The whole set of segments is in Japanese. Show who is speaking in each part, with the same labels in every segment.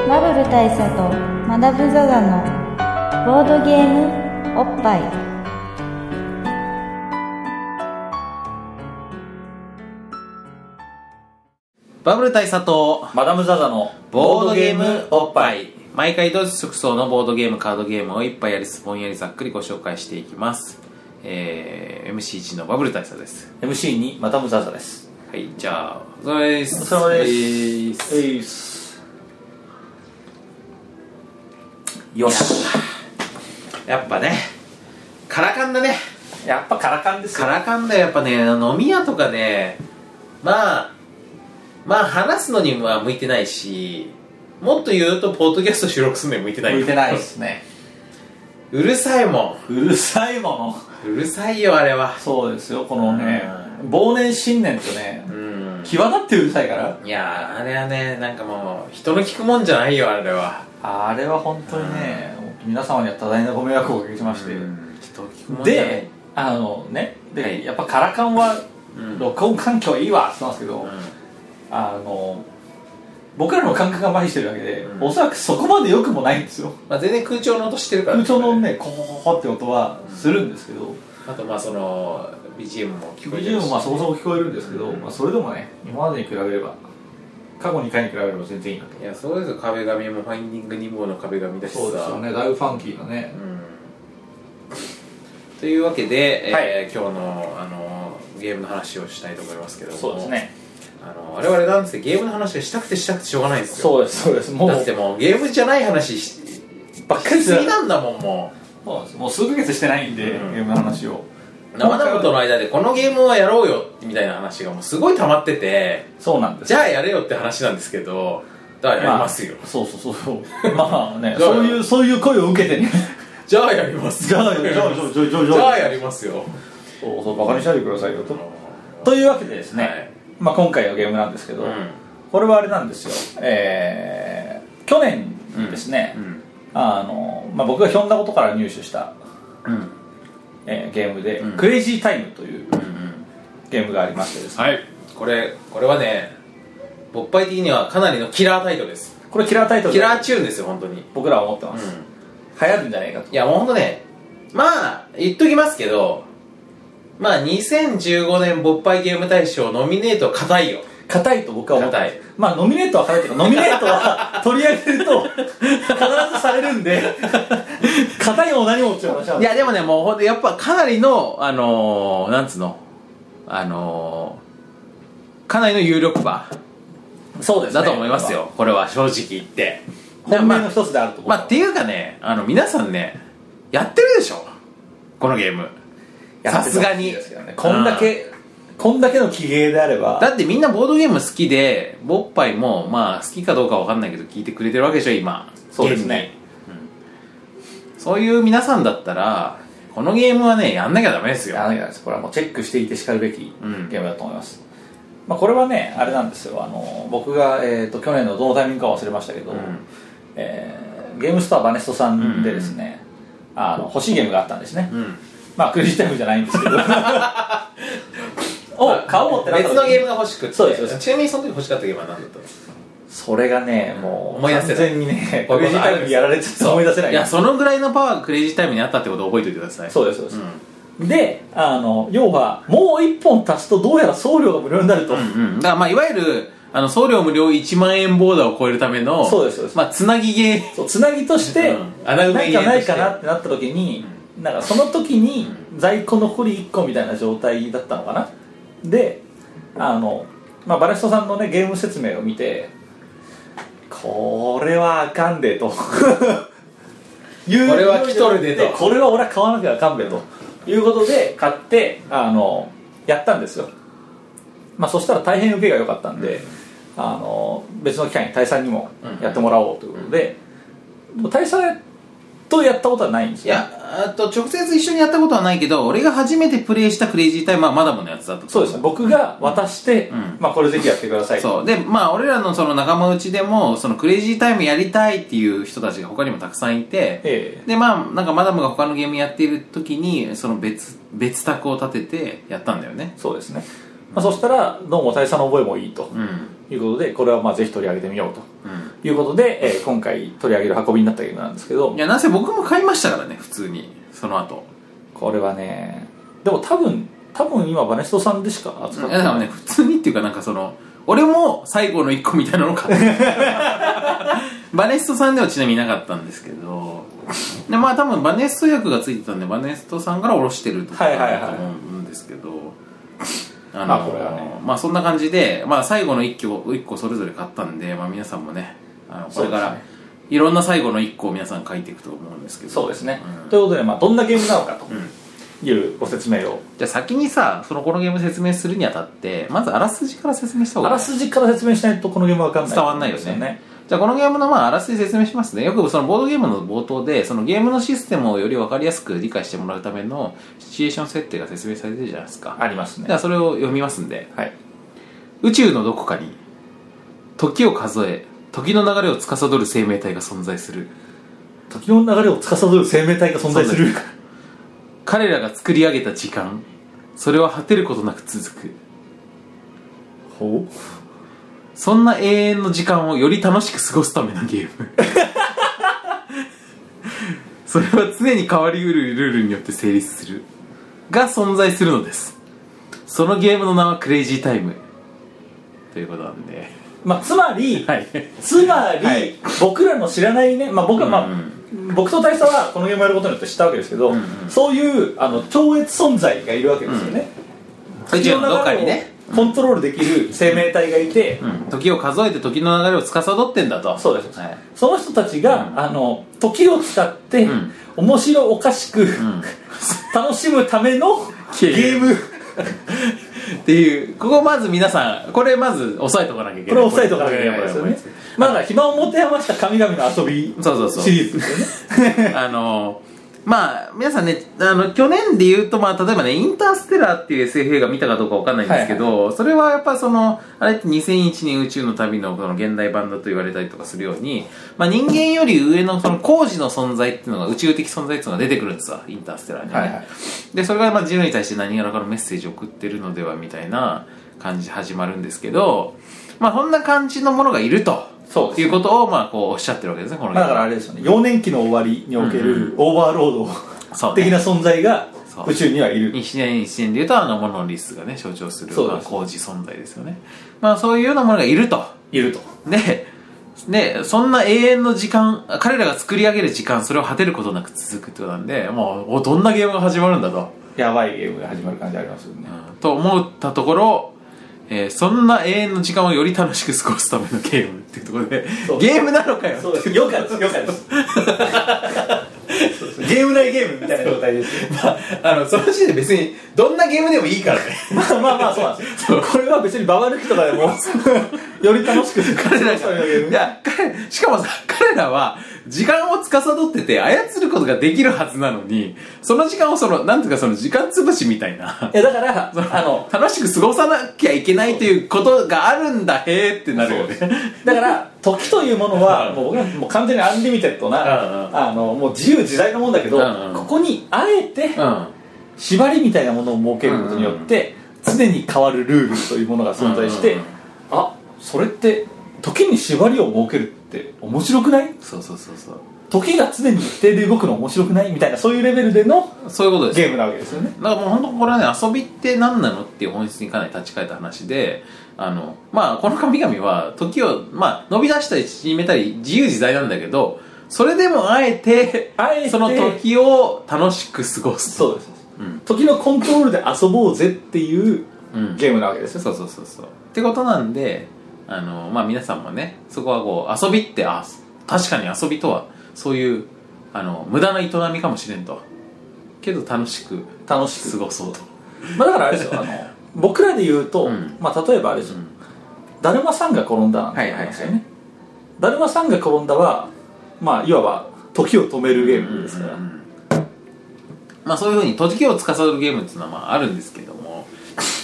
Speaker 1: 大佐とマダム・ザ・ザのボードゲームおっぱい
Speaker 2: バブル大佐と
Speaker 3: マダム・ザ・ザの
Speaker 2: ボードゲームおっぱい毎回同時即走のボードゲームカードゲームを一杯やりすぼんやりざっくりご紹介していきますえー、MC1 のバブル大佐です
Speaker 3: MC にマダム・ザ・ザです
Speaker 2: はいじゃあお疲れ様です
Speaker 3: お疲れ様です
Speaker 2: す
Speaker 3: えいっすよし
Speaker 2: やっぱねカラカンだね
Speaker 3: やっぱカラカンです
Speaker 2: カ
Speaker 3: よ
Speaker 2: ラカンだよやっぱね飲み屋とかねまあまあ話すのには向いてないしもっと言うとポッドキャスト収録するのに向いてない
Speaker 3: 向いてないですね
Speaker 2: うるさいも
Speaker 3: うるさいも
Speaker 2: んうるさいよあれは
Speaker 3: のそうですよこのね忘年新年とね
Speaker 2: うん
Speaker 3: 際立ってうるさいから
Speaker 2: いやーあれはねなんかもう人の聞くもんじゃないよあれは
Speaker 3: あれは本当にね皆様には多大なご迷惑をおかけしまして
Speaker 2: 人の聞くもんじゃない
Speaker 3: であのねで、
Speaker 2: はい
Speaker 3: やっぱカラカンは
Speaker 2: うん
Speaker 3: 録音環境いいわって言ってますけど、あの僕らの感覚が麻痺してるだけで、
Speaker 2: うん
Speaker 3: おそらくそこまで良くもないんですよ
Speaker 2: まあ、全然空調の音してるから
Speaker 3: 空調のねコホホホって音はするんですけど
Speaker 2: あとまあその BGM も聞こえてる
Speaker 3: BGM
Speaker 2: し
Speaker 3: はそこそこ聞こえるんですけど、
Speaker 2: うん
Speaker 3: まあ、それでもね今までに比べれば過去2回に比べれば全然いいなと
Speaker 2: いやそうですよ壁紙もファインディング2号の壁紙だしさ
Speaker 3: そうですよねだいぶファンキーなね
Speaker 2: うんというわけで、えー
Speaker 3: は
Speaker 2: 今日のあのゲームの話をしたいと思いますけども
Speaker 3: ね
Speaker 2: あの我々なんせゲームの話がしたくてしたくてしょうがないんですよ
Speaker 3: そうですそうですもう
Speaker 2: だってもうゲームじゃない話し
Speaker 3: ばっかり
Speaker 2: し
Speaker 3: す
Speaker 2: すぎ
Speaker 3: る
Speaker 2: なんだもんも
Speaker 3: そうなんですもう数ヶ月してないんで、
Speaker 2: うん
Speaker 3: ゲームの話を
Speaker 2: う生ダムとの間でこのゲームはやろうよみたいな話がもうすごい溜まってて
Speaker 3: そうなんです
Speaker 2: じゃあやれよって話なんですけどだからやりますよ、
Speaker 3: あそうそうそうまあね
Speaker 2: どうよ
Speaker 3: そういうそういう声を受けて ね
Speaker 2: じゃあやります
Speaker 3: じゃあじゃあじゃあじゃあじゃあじゃあ
Speaker 2: じゃあやりますよ
Speaker 3: そうそうバカにしないでくださいよとというわけでですね、
Speaker 2: はい
Speaker 3: まあ、今回のゲームなんですけ
Speaker 2: う
Speaker 3: ど、
Speaker 2: ん
Speaker 3: これはあれなんですよえー、去年ですね、
Speaker 2: うん
Speaker 3: あのまあ、僕がひょんなことから入手した、
Speaker 2: うん
Speaker 3: えーゲームで、
Speaker 2: うん
Speaker 3: クレイジータイムという
Speaker 2: うん
Speaker 3: ゲームがありましてですね、
Speaker 2: はいこれこれはね勃発的にはかなりのキラータイトルです
Speaker 3: これキラータイトル
Speaker 2: キ
Speaker 3: で
Speaker 2: ラーチューンですよ本当に
Speaker 3: 僕らは思って
Speaker 2: う
Speaker 3: ます、
Speaker 2: ん
Speaker 3: 流行るんじゃないかと
Speaker 2: いやもうほんとねまあ言っときますけどまあ2015年勃発ゲーム大賞ノミネートは硬いよ
Speaker 3: 硬いと僕は思ってます
Speaker 2: 硬い
Speaker 3: まあノミネートは硬いというかノミネー トは取り上げると必ずされるんで硬いも何もっていう話はい
Speaker 2: やでもねもうほんとやっぱかなりのあのー、なんつうのあのー、かなりの有力馬
Speaker 3: そうですね
Speaker 2: だと思いますよ、これは正直言って
Speaker 3: 本命
Speaker 2: ま
Speaker 3: の
Speaker 2: あ、
Speaker 3: 一つであると僕
Speaker 2: ま
Speaker 3: は
Speaker 2: あ、っていうかねあの皆さんねやってるでしょこのゲーム
Speaker 3: やって
Speaker 2: さ
Speaker 3: た
Speaker 2: すがに
Speaker 3: ですけどねこんだけこんだけの奇芸であれば
Speaker 2: だってみんなボードゲーム好きで、ボッパイも、まあ、好きかどうかわかんないけど、聞いてくれてるわけでしょ、今。
Speaker 3: そうですね
Speaker 2: 現に。そういう皆さんだったら、このゲームはね、やんなきゃダメですよ。
Speaker 3: あのですこれはもうチェックしていてしかるべきゲ
Speaker 2: うん
Speaker 3: ームだと思います、まあ、これはねあれなんですよあの僕が、えー、と去年のどのタイミングか忘れましたけど、
Speaker 2: うん
Speaker 3: えーゲームストアバネストさんでですね、あの欲しいゲームがあったんですね、
Speaker 2: うん。
Speaker 3: まあクレジットタイムじゃないんですけ どを買おうってなった
Speaker 2: 別のゲームが欲しくて。
Speaker 3: そうですそうです
Speaker 2: ちなみにその時欲しかったゲームは何だったんですか
Speaker 3: それがねもう
Speaker 2: 思い出せない
Speaker 3: 完全にね
Speaker 2: こ
Speaker 3: ク
Speaker 2: うい
Speaker 3: レ
Speaker 2: う
Speaker 3: ジ
Speaker 2: こ
Speaker 3: ッ
Speaker 2: と
Speaker 3: ト
Speaker 2: あるんです
Speaker 3: タイムにやられちゃって思い出せない
Speaker 2: いや、そのぐらいのパワーがクレイジータイムにあったってことを覚えておいてください。
Speaker 3: そうですそうで
Speaker 2: う
Speaker 3: す、
Speaker 2: ん
Speaker 3: であの要はもう一本足すとどうやら送料が無料になると、
Speaker 2: うんうん、だからまあいわゆるあの送料無料1万円ボーダーを超えるための
Speaker 3: そうですそうです
Speaker 2: まあ、つなぎゲー
Speaker 3: そうつなぎとして、
Speaker 2: うん穴埋め
Speaker 3: なん
Speaker 2: ゲー
Speaker 3: か
Speaker 2: ムと
Speaker 3: な
Speaker 2: して
Speaker 3: いかなってなった時に、なんかその時に在庫残り1個みたいな状態だったのかなであの、まあ、バレストさんのねゲーム説明を見てこれはあかん でという
Speaker 2: これは来とるでと
Speaker 3: これは俺は買わなきゃあかんべということで買ってあのやったんですよまあ、そしたら大変受けが良かったんで、あの別の機会に大佐にもやってもらおうということで、でも大佐とやったことはないんです
Speaker 2: い
Speaker 3: よ
Speaker 2: やあと直接一緒にやったことはないけど俺が初めてプレイしたクレイジータイムはマダムのやつだと
Speaker 3: そうですね僕が渡して、
Speaker 2: うん
Speaker 3: まあ、これぜひやってください
Speaker 2: そうでまあ俺らのその仲間内でもそのクレイジータイムやりたいっていう人たちが他にもたくさんいて
Speaker 3: ええ
Speaker 2: でまあなんかマダムが他のゲームやっている時にその別別卓を立ててやったんだよね
Speaker 3: そうですね、まあ、そしたらどうも大佐の覚えもいいと
Speaker 2: うん
Speaker 3: いうことでこれはまあぜひ取り上げてみようと
Speaker 2: うん
Speaker 3: いうことで、えー今回取り上げる運びになったゲームなんですけど
Speaker 2: いやなんせ僕も買いましたからね普通にその後
Speaker 3: これはねでも多分多分今バネストさんでしか
Speaker 2: いや
Speaker 3: 扱って
Speaker 2: だから
Speaker 3: ない
Speaker 2: ね普通にっていうかなんかその俺も最後の一個みたいなの買った バネストさんではちなみになかったんですけどでまあ多分バネスト役がついてたんでバネストさんから下ろしてるとか
Speaker 3: はいはいはい
Speaker 2: だと思うんですけど、あの
Speaker 3: まあこれはね
Speaker 2: まあそんな感じで、まあ、最後の一個一個それぞれ買ったんで、まあ、皆さんもねあのこれか
Speaker 3: そう
Speaker 2: ら
Speaker 3: です
Speaker 2: いろんな最後の一個を皆さん書いていくと思うんですけど
Speaker 3: そうですね、
Speaker 2: うん
Speaker 3: ということで、まあ、どんなゲームなのか
Speaker 2: うん
Speaker 3: というご説明を、
Speaker 2: じゃあ先にさそのこのゲーム説明するにあたってまずあらすじから説明した方
Speaker 3: あ
Speaker 2: がいい
Speaker 3: らすじから説明しないとこのゲームわかんない
Speaker 2: 伝わんないよ
Speaker 3: です
Speaker 2: ねじゃあこのゲームのまああらすじ説明しますねよくそのボードゲームの冒頭でそのゲームのシステムをより分かりやすく理解してもらうためのシチュエーション設定が説明されてるじゃないですか
Speaker 3: ありますね
Speaker 2: じゃあそれを読みますんで
Speaker 3: はい
Speaker 2: 宇宙のどこかに時を数え時の流れを司る生命体が存在する
Speaker 3: 時の流れを司る生命体が存在する
Speaker 2: 存在彼らが作り上げた時間それは果てることなく続く
Speaker 3: ほ
Speaker 2: そんな永遠の時間をより楽しく過ごすためのゲーム それは常に変わりうるルールによって成立するが存在するのですそのゲームの名はクレイジータイムということなんで
Speaker 3: う、まあ、つまり、
Speaker 2: はい
Speaker 3: つまり、
Speaker 2: はい
Speaker 3: 僕らの知らないね、まあ、僕は、まあ僕と大佐はこのゲームをやることによって知ったわけですけど、
Speaker 2: うんうん
Speaker 3: そういうあの超越存在がいるわけですよね、
Speaker 2: 宇宙のどっかにね、
Speaker 3: コントロールできる生命体がいて、
Speaker 2: うん、時を数えて時の流れを司ってんだと
Speaker 3: そうです
Speaker 2: はい
Speaker 3: その人たちが、
Speaker 2: うん
Speaker 3: あの時を使って、
Speaker 2: うん
Speaker 3: 面白おかしく、
Speaker 2: ん
Speaker 3: 楽しむための
Speaker 2: ゲーム
Speaker 3: ゲー ム
Speaker 2: っていうここまず皆さんこれまず押さえとかなきゃいけない
Speaker 3: これを押さえとかなきゃいけないですよね
Speaker 2: これこれこれ
Speaker 3: まあだから暇を持て余した神々の遊び
Speaker 2: そうそうそう
Speaker 3: シリーズですよ ね
Speaker 2: あのまあ皆さんねあの去年で言うと、まあ、例えばね「インターステラー」っていう SF 映画見たかどうかわかんないんですけど、それはやっぱそのあれって2001年宇宙の旅のその現代版だと言われたりとかするように、まあ、人間より上のその工事の存在っていうのが宇宙的存在っていうのが出てくるんですわインターステラーにはね、
Speaker 3: はいはい
Speaker 2: でそれがまあ自由に対して何やらかのメッセージを送ってるのではみたいな感じで始まるんですけどまあそんな感じのものがいると
Speaker 3: そうですね
Speaker 2: いうことをまあこうおっしゃってるわけですねこの
Speaker 3: まあだからあれですよね幼年期の終わりにおけるオーバーロー
Speaker 2: そう
Speaker 3: ド
Speaker 2: ね
Speaker 3: 的な存在が
Speaker 2: そう
Speaker 3: 宇宙にはいる
Speaker 2: 一年一年でいうとあのモノリスがね象徴する
Speaker 3: そう
Speaker 2: まあ
Speaker 3: です
Speaker 2: 工事存在ですよねまあそういうようなものがいると
Speaker 3: いると
Speaker 2: ででそんな永遠の時間彼らが作り上げる時間それを果てることなく続くってことなんでもうおどんなゲームが始まるんだと、
Speaker 3: やばいゲームが始まる感じありますよね
Speaker 2: うんと思ったところ、えーそんな永遠の時間をより楽しく過ごすためのゲームっていうところで
Speaker 3: そう
Speaker 2: ゲームなのかよ
Speaker 3: そうですよかですよかですゲーム内ゲームみたいな状態です
Speaker 2: まああのその時点で別にどんなゲームでもいいからね
Speaker 3: まあまあまあそうなんですよこれは別にババ抜きとかでもより楽しく
Speaker 2: 彼ら
Speaker 3: そう
Speaker 2: が、
Speaker 3: いう
Speaker 2: い
Speaker 3: ゲーム
Speaker 2: や、彼、しかもさ、彼らは、時間を司ってて、操ることができるはずなのに、その時間をその、なんていうかその時間潰しみたいな、
Speaker 3: いやだからあの
Speaker 2: 楽しく過ごさなきゃいけないということがあるんだ、へーってなるよね。
Speaker 3: だから時というものはもう僕はもう完全にアンリミテッド
Speaker 2: うん
Speaker 3: な、
Speaker 2: うん
Speaker 3: あのもう自由自在なもんだけど、
Speaker 2: うんうん
Speaker 3: ここにあえて
Speaker 2: うん。
Speaker 3: 縛りみたいなものを設けることによって、常に変わるルールというものが存在し
Speaker 2: うん
Speaker 3: て、
Speaker 2: うんうん
Speaker 3: あそれって時に縛りを設けるって面白くない
Speaker 2: そうそうそうそう。
Speaker 3: 時が常に一定で動くの面白くないみたいなそういうレベルでの
Speaker 2: そういうことです
Speaker 3: ゲームなわけですよね
Speaker 2: だからもう本当これはね遊びって何なのっていう本質にかなり立ち返った話であのまあこの神々は時を、まあ、伸び出したり縮めたり自由自在なんだけどそれでもあえて
Speaker 3: あえて
Speaker 2: その時を楽しく過ごす
Speaker 3: そうです
Speaker 2: うん
Speaker 3: 時のコントロールで遊ぼうぜっていう
Speaker 2: うん
Speaker 3: ゲームなわけですよ、
Speaker 2: そうそうそうそうってことなんであのまあ皆さんもねそこはこう遊びってあ確かに遊びとはそういうあの無駄な営みかもしれんとけど楽しく
Speaker 3: 楽しく
Speaker 2: 過ごそうと
Speaker 3: まあだからあれですよあの僕らで言うと、
Speaker 2: うん
Speaker 3: まあ、例えばあれですよ、だるまさんが転んだなんてありますよね、だるまさんが転んだはまあいわば時を止めるゲームですから、
Speaker 2: うんまあそういうふうに時を司るゲームっていうのはまああるんですけども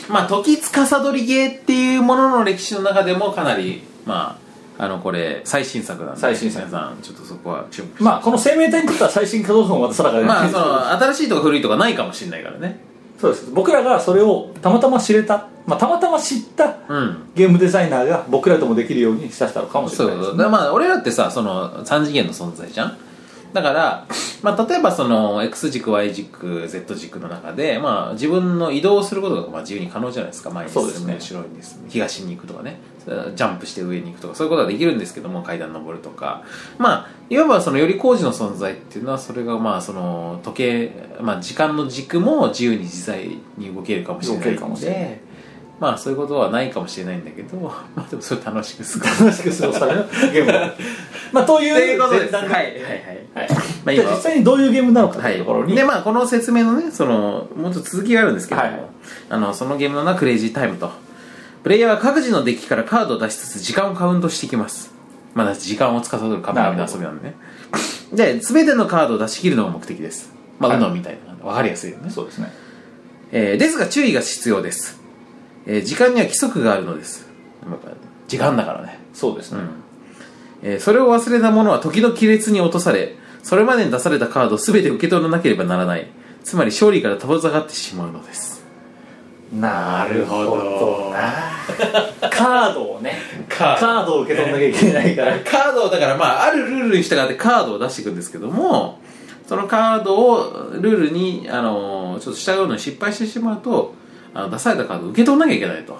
Speaker 2: まあ時司りゲーっていうものの歴史の中でもかなりまああのこれ最新作なんで
Speaker 3: 最新作
Speaker 2: 皆さんちょっとそこは注目して
Speaker 3: まあこの生命体にとっては最新かどうかもまた定かでは
Speaker 2: ま
Speaker 3: ない
Speaker 2: あ
Speaker 3: です
Speaker 2: そ
Speaker 3: けど
Speaker 2: の新しいとか古いとかないかもしれないからね
Speaker 3: そうです僕らがそれをたまたま知れた、まあ、たまたま知った
Speaker 2: うん
Speaker 3: ゲームデザイナーが僕らともできるようにしたしたのかもし
Speaker 2: そ
Speaker 3: れ
Speaker 2: う
Speaker 3: な
Speaker 2: そ
Speaker 3: いうです
Speaker 2: だか
Speaker 3: ね
Speaker 2: らまあ俺らってさその3次元の存在じゃんだから、まあ、例えばその X 軸 Y 軸 Z 軸の中で、まあ、自分の移動することがまあ自由に可能じゃないですか前に進
Speaker 3: そうです
Speaker 2: む
Speaker 3: ね
Speaker 2: 後ろに進む東に行くとかねジャンプして上に行くとかそういうことができるんですけども階段登るとかまあいわばそのより工事の存在っていうのはそれがまあその時計、まあ、時間の軸も自由に自在に動けるかもしれない
Speaker 3: 動けるか
Speaker 2: の
Speaker 3: もしれな
Speaker 2: でまあそういうことはないかもしれないんだけど、 まあ、でもそれ楽しく過ごす
Speaker 3: 楽しく過ごすた めのゲームだまあという
Speaker 2: ということです。
Speaker 3: 前
Speaker 2: はい
Speaker 3: 段で
Speaker 2: はいはい。
Speaker 3: はい
Speaker 2: まあ
Speaker 3: じ
Speaker 2: 今
Speaker 3: ゃあ実際にどういうゲームなのかと
Speaker 2: はいいう
Speaker 3: ところに、
Speaker 2: でまあこの説明のねそのもうちょっと続きがあるんですけども、
Speaker 3: はい
Speaker 2: あのそのゲームの名はクレイジータイムとプレイヤーは各自のデッキからカードを出しつつ時間をカウントしていきますまあ時間を司る神々の遊びなんでねで全てのカードを出し切るのが目的ですまあ、
Speaker 3: はい
Speaker 2: UNO みたいなわかりやすいよね
Speaker 3: そうですね
Speaker 2: えーですが注意が必要です、えー時間には規則があるのですやっぱ時間だからね
Speaker 3: そうですね、
Speaker 2: えーそれを忘れた者は時々亀裂に落とされそれまでに出されたカードを全て受け取らなければならないつまり勝利から遠ざかってしまうのです
Speaker 3: なるほ
Speaker 2: ど
Speaker 3: なカードをね
Speaker 2: カード
Speaker 3: カードを受け取んなきゃいけないから
Speaker 2: カードをだからまああるルールに従ってカードを出していくんですけどもそのカードをルールに、あのーちょっと従うのに失敗してしまうとあの出されたカードを受け取らなきゃいけないと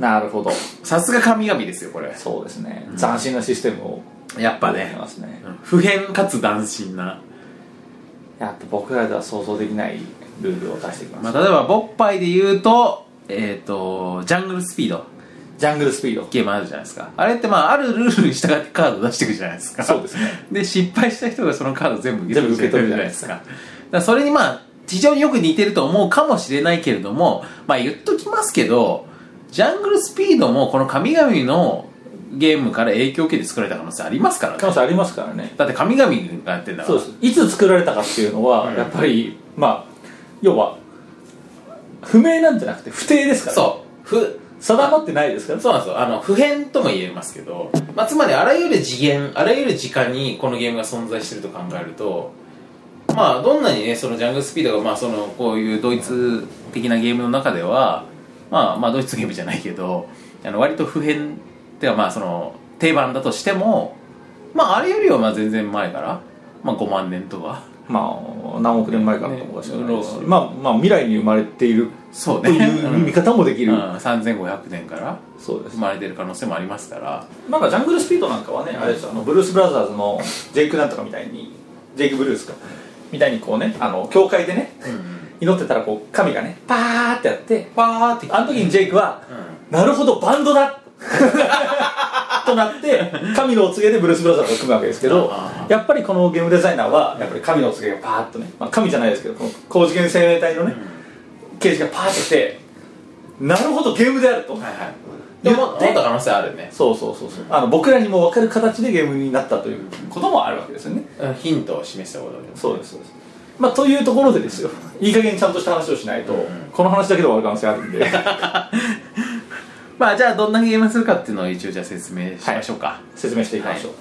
Speaker 3: なるほど
Speaker 2: さすが神々ですよこれ
Speaker 3: そうですね、斬新なシステムを
Speaker 2: やっぱ
Speaker 3: 持っ
Speaker 2: ね
Speaker 3: てますね
Speaker 2: うん不変かつ斬新な
Speaker 3: やっぱ僕らでは想像できないルールを出してきます、
Speaker 2: まあ、例えば、ボッパイで言うと、えっ、と、ジャングルスピード、
Speaker 3: ジャングルスピード
Speaker 2: ゲームあるじゃないですか。あれって、まあ、あるルールに従ってカード出していくじゃないですか。
Speaker 3: そうですね。
Speaker 2: で、失敗した人がそのカード全部受け取る
Speaker 3: 全部受け取る
Speaker 2: じゃないですか。だからそれに、まあ、非常によく似てると思うかもしれないけれども、まあ、言っときますけど、ジャングルスピードも、この神々のゲームから影響を受けて作られた可能性ありますから
Speaker 3: 可能
Speaker 2: ね。
Speaker 3: 性ありますからね
Speaker 2: だって神々がやってんだか
Speaker 3: そう
Speaker 2: ら。
Speaker 3: ですいつ作られたかっていうのは、
Speaker 2: うん
Speaker 3: やっぱりまあ要は不明なんじゃなくて不定ですから、
Speaker 2: そう。ふ
Speaker 3: 定まってないですから
Speaker 2: そうなんですよ。あの、普遍とも言えますけど、まあ、つまりあらゆる次元、あらゆる時間にこのゲームが存在してると考えると、まあ、どんなにね、そのジャングルスピードが、まあ、その、こういうドイツ的なゲームの中では、まあ、まあ、ドイツゲームじゃないけど、あの、割と普遍っては、まあ、その、定番だとしても、まあ、あれよりは、まあ、全然前から、まあ、5万年とか、
Speaker 3: まあ何億年前からとかしかないですし、まあまあ未来に生まれている
Speaker 2: そう
Speaker 3: と
Speaker 2: ね。
Speaker 3: いう見方もでき
Speaker 2: うん、
Speaker 3: る、
Speaker 2: 3500年から
Speaker 3: そうです
Speaker 2: 生まれてる可能性もありますから、
Speaker 3: なんかジャングルスピードなんかはねあれですよあのブルース・ブラザーズのジェイクなんとかみたいにジェイク・ブルースかみたいにこうねあの教会でね祈ってたらこう神がねパーってやって
Speaker 2: バーって
Speaker 3: あの時にジェイクは、なるほどバンド だとなって神のお告げでブルース・ブラザーズが組むわけですけど
Speaker 2: あ
Speaker 3: やっぱりこのゲームデザイナーはやっぱり神のお告げがパーッとね、まあ、神じゃないですけどこの高次元生命体のね、刑事がパーッと来てなるほどゲームであると、
Speaker 2: はいはいでも
Speaker 3: 言
Speaker 2: 思
Speaker 3: っ
Speaker 2: ってた可能性あるね
Speaker 3: そうそうそうそうあの僕らにも分かる形でゲームになったということもあるわけですよね
Speaker 2: ヒントを示したことで
Speaker 3: そうですそうですまあというところでですよいい加減ちゃんとした話をしないと、この話だけで終わる可能性あるんで
Speaker 2: まあじゃあどんなゲームするかっていうのを一応じゃあ説明しましょうか
Speaker 3: 説明していきましょう、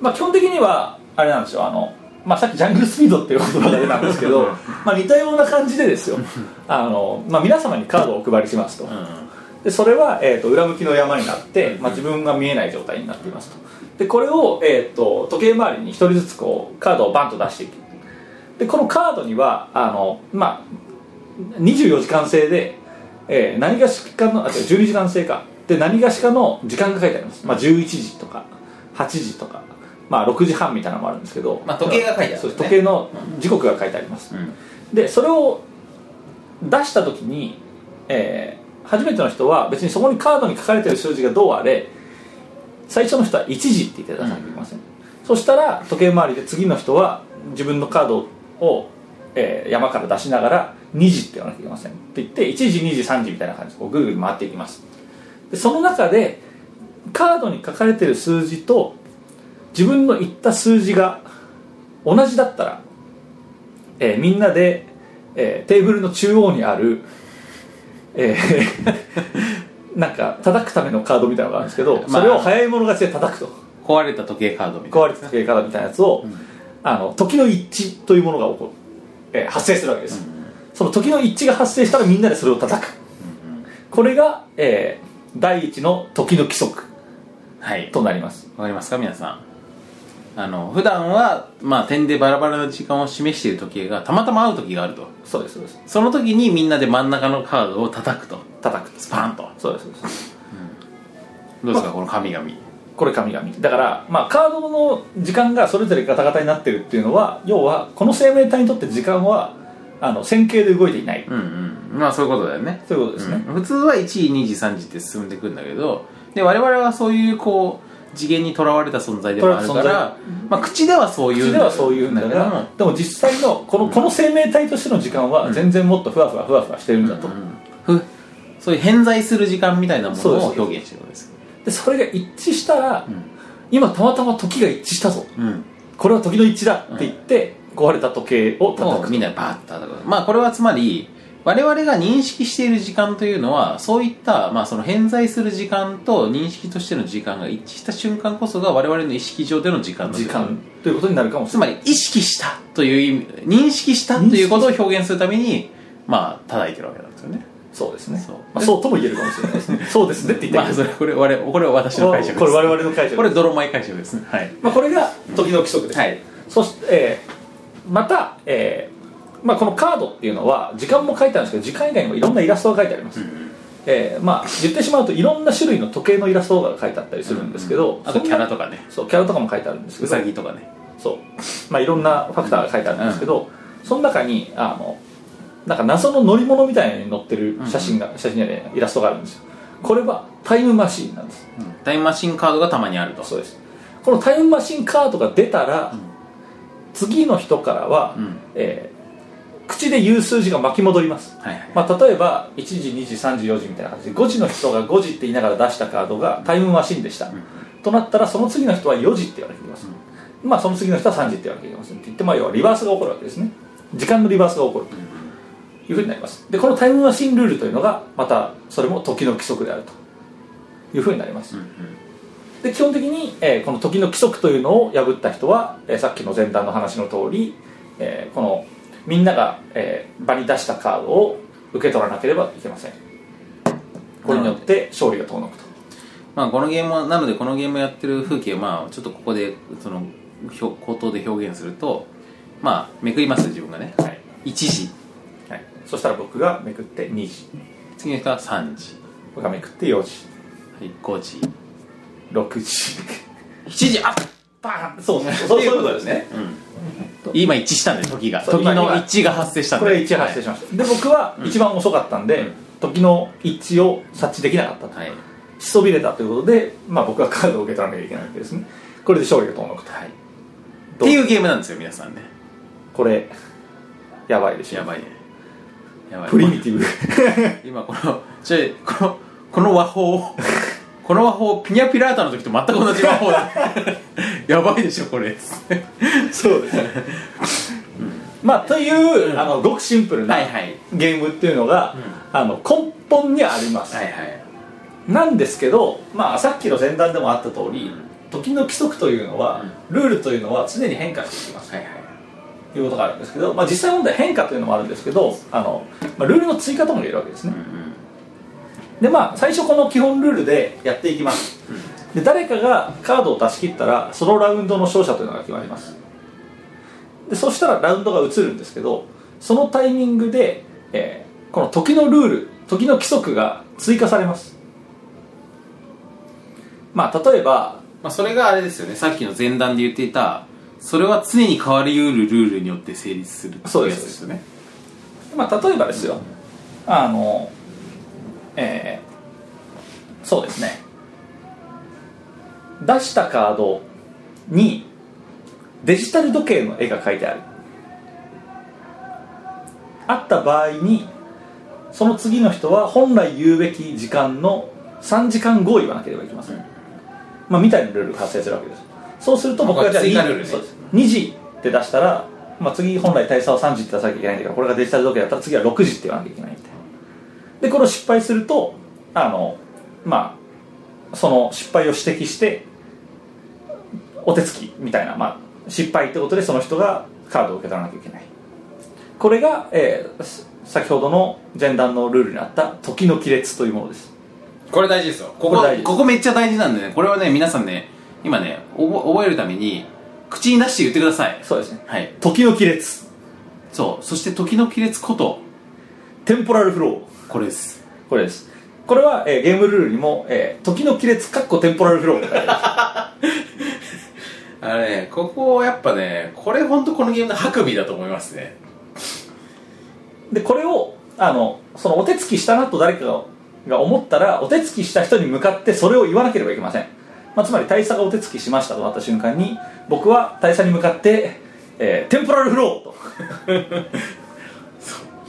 Speaker 3: まあ基本的にはあれなんですよあのまあさっきジャングルスピードっていう言葉が出たんですけどまあ似たような感じでですよあの、まあ、皆様にカードをお配りしますと、でそれは、えー、と裏向きの山になって、まあ、自分が見えない状態になっていますとでこれを、えー、と時計回りに一人ずつこうカードをバンと出していくでこのカードにはあの、まあ、24時間制で、えー何がしかのあ違う12時間制かで何がしかの時間が書いてあります、まあ、11時とか8時とか、まあ、6時半みたいなのもあるんですけど、
Speaker 2: まあ時計が書いてあるんですね
Speaker 3: そう時計の時刻が書いてあります、
Speaker 2: うん
Speaker 3: でそれを出した時に、えー初めての人は別にそこにカードに書かれてる数字がどうあれ最初の人は1時って言ってくださいません、そしたら時計回りで次の人は自分のカードを、えー山から出しながら2時って言わなきゃいけませんって言って1時2時3時みたいな感じでこうぐるぐる回っていきますでその中でカードに書かれてる数字と自分の言った数字が同じだったら、えーみんなで、えーテーブルの中央にある、えー なんか叩くためのカードみたいなのがあるんですけど、
Speaker 2: まあ
Speaker 3: それを早い者勝ちで叩くと
Speaker 2: 壊れた時計カードみたい
Speaker 3: 壊れた時計カードみたいなやつを、あの時の一致というものが起こる、えー発生するわけです、その時の一致が発生したらみんなでそれを叩くこれが、えー第一の時の規則
Speaker 2: はい
Speaker 3: となります
Speaker 2: わかりますか皆さんあの普段はまあ点でバラバラの時間を示している時計がたまたま合う時があると
Speaker 3: そうですそうです
Speaker 2: その時にみんなで真ん中のカードを叩くと
Speaker 3: 叩く
Speaker 2: スパンと
Speaker 3: そうですそうです
Speaker 2: どうですかこの神々
Speaker 3: これ神々だから、まあ、カードの時間がそれぞれガタガタになってるっていうのは要はこの生命体にとって時間はあの線形で動いていない、
Speaker 2: うんうんまあそういうことだよね
Speaker 3: ということですね、
Speaker 2: うん普通は1位2時3時って進んでいくんだけどで我々はそういうこう次元にとらわれた存在でもあるか
Speaker 3: とらわ
Speaker 2: ら、まあ、口ではそういう
Speaker 3: 口ではそういうんだけど
Speaker 2: も
Speaker 3: でも実際のこのこの生命体としての時間は全然もっとふわふわふわふわしてるんだと、
Speaker 2: ふそういう偏在する時間みたいなもの
Speaker 3: そう
Speaker 2: を
Speaker 3: です
Speaker 2: 表現してるんです
Speaker 3: でそれが一致したら、今たまたま時が一致したぞ
Speaker 2: うん
Speaker 3: これは時の一致だって言って、壊れた時計を叩
Speaker 2: を
Speaker 3: く
Speaker 2: みんなでバーッと叩くまあこれはつまり我々が認識している時間というのはそういった、まあ、その偏在する時間と認識としての時間が一致した瞬間こそが我々の意識上での時間の
Speaker 3: 時間ということになるかもし
Speaker 2: つ
Speaker 3: れない
Speaker 2: まり意識したという意味認識したということを表現するためにまあ叩いてるわけなんですよね
Speaker 3: そうですね
Speaker 2: そ
Speaker 3: そうう,、まあ、そうとも言えるかもしれないですねそうですねって言って
Speaker 2: ま
Speaker 3: る
Speaker 2: あ
Speaker 3: け
Speaker 2: そ
Speaker 3: ど
Speaker 2: れこれ我々これは私の解釈です
Speaker 3: これ我々の解釈
Speaker 2: これ泥米解釈ですねはい
Speaker 3: まあ、これが時の規則です、
Speaker 2: はい
Speaker 3: そして、えーまた、えーまあ、このカードっていうのは時間も書いてあるんですけど時間以外にもいろんなイラストが書いてあります、えーまあ、言ってしまうといろんな種類の時計のイラストが書いてあったりするんですけど、
Speaker 2: あとキャラと
Speaker 3: か
Speaker 2: かね
Speaker 3: そうキャラとかも書いてあるんですけ
Speaker 2: う
Speaker 3: ど
Speaker 2: さぎとかね
Speaker 3: そう、まあ、いろんなファクターが書いてあるんですけど、その中にあのなんか謎の乗り物みたいなのに乗ってる写真が、写真じゃないイラストがあるんですよこれはタイムマシーンなんです
Speaker 2: タイムマシンカードがたまにあると
Speaker 3: そうですこのタイムマシンカードが出たら、次の人からは、
Speaker 2: うん
Speaker 3: えー口で言う数字が巻き戻ります、
Speaker 2: はいはい
Speaker 3: まあ、例えば1時2時3時4時みたいな感じで5時の人が5時って言いながら出したカードがタイムマシンでした、となったらその次の人は4時って言われています、まあその次の人は3時って言われていますって言ってまあ要はリバースが起こるわけですね時間のリバースが起こるというふうになりますでこのタイムマシンルールというのがまたそれも時の規則であるというふうになります、で基本的に、えーこの時の規則というのを破った人は、えーさっきの前段の話の通り、えーこのみんなが、えー場に出したカードを受け取らなければいけませんこれによって勝利が遠のくと
Speaker 2: まあこのゲームはなのでこのゲームをやってる風景をまあちょっとここでそのひょ口頭で表現するとまあめくります自分がね
Speaker 3: はい、
Speaker 2: 1時
Speaker 3: はい、そしたら僕がめくって2時
Speaker 2: 次の人は3時、
Speaker 3: 僕がめくって4時
Speaker 2: はい、5時
Speaker 3: 6時
Speaker 2: 7時あっ
Speaker 3: バーンそうそうそういうことですね
Speaker 2: 今一致したんで時が
Speaker 3: そう
Speaker 2: 時
Speaker 3: 今
Speaker 2: の一致が発生したん
Speaker 3: こ
Speaker 2: で
Speaker 3: れ一致発生しましたで僕は一番遅かったんで、
Speaker 2: うん
Speaker 3: 時の一致を察知できなかったと、
Speaker 2: はい、はい
Speaker 3: しそびれたということで、まあ、僕はカードを受け取らなきゃいけないわけですねこれで勝利が遠のくと
Speaker 2: はい、っていうゲームなんですよ皆さんね
Speaker 3: これやばいでしょ
Speaker 2: やばいねやばい
Speaker 3: プリ ミティブ
Speaker 2: 今このちょいこのこの和法 をこの和法ピニャピラータの時と全く同じ和 法だやばいでしょこれ
Speaker 3: そうですね まあという、あのごくシンプルな
Speaker 2: はいはい
Speaker 3: ゲームっていうのが、あの根本にあります、
Speaker 2: はいはい
Speaker 3: なんですけど、まあ、さっきの前段でもあった通り時の規則というのは、ルールというのは常に変化していきます
Speaker 2: はいはい
Speaker 3: ということがあるんですけど、まあ、実際問題変化というのもあるんですけどあの、まあ、ルールの追加とも言えるわけですね、でまあ最初この基本ルールでやっていきます、で誰かがカードを出し切ったらそのラウンドの勝者というのが決まりますでそしたらラウンドが移るんですけどそのタイミングで、えーこの時のルール時の規則が追加されますまあ例えば
Speaker 2: まあ、それがあれですよねさっきの前段で言っていたそれは常に変わりうるルールによって成立するってい
Speaker 3: そうです
Speaker 2: やつですよね
Speaker 3: まあ、例えばですよあのえーそうですね出したカードにデジタル時計の絵が描いてあるあった場合にその次の人は本来言うべき時間の3時間後を言わなければいけません、まあ、みたいなルールが発生するわけですそうすると僕がじゃあ
Speaker 2: 追加ルールね
Speaker 3: そうです2時って出したら、まあ、次本来大差を3時って出さなきゃいけないんだけどこれがデジタル時計だったら次は6時って言わなきゃいけないみたいなでこれを失敗するとあのまあその失敗を指摘してお手つきみたいな、まあ、失敗ってことでその人がカードを受け取らなきゃいけないこれが、えーし先ほどの前段のルールにあった時の亀裂というものです
Speaker 2: これ大事ですよここ
Speaker 3: これ
Speaker 2: こ
Speaker 3: 大事
Speaker 2: こめっちゃ大事なんでねこれはね皆さんね今ね覚覚えるために口に出して言ってください
Speaker 3: そうですね
Speaker 2: はい
Speaker 3: 時の亀裂
Speaker 2: そうそして時の亀裂こと
Speaker 3: テンポラルフロー
Speaker 2: これです
Speaker 3: これですこれは、えーゲームルールにも、えー時の亀裂かっこテンポラルフローって書いてあ
Speaker 2: あれねここやっぱねこれ本当このゲームのハクビだと思いますね
Speaker 3: るでこれをあのそのお手つきしたなと誰かがが思ったらお手つきした人に向かってそれを言わなければいけません、まあ、つまり大佐がお手つきしましたとなった瞬間に僕は大佐に向かって、えーテンポラルフローと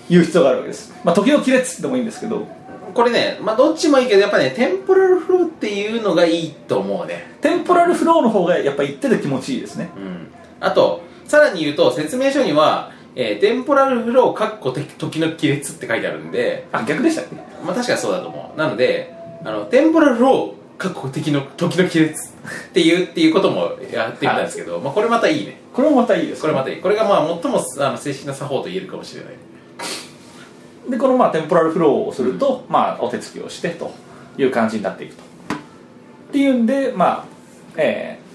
Speaker 3: 言う必要があるわけです、まあ、時の亀裂でもいいんですけど
Speaker 2: これねまあどっちもいいけどやっぱねテンポラルフローっていうのがいいと思うね
Speaker 3: テンポラルフローの方がやっぱ言ってて気持ちいいですね
Speaker 2: うんあとさらに言うと説明書には、えーテンポラルフローかっこて時の亀裂って書いてあるんで
Speaker 3: あ逆でしたっけ
Speaker 2: まあ確かにそうだと思うなのであのテンポラルフローかっこ敵の時の亀裂っていうっていうこともやってみたんですけど、まあ、これまたいいね
Speaker 3: これもまたいいです
Speaker 2: これまたいいこれがまあ最もあの正式な作法と言えるかもしれない
Speaker 3: でこのまあテンポラルフローをすると、まあ、お手つきをしてという感じになっていくとっていうんで、まあえー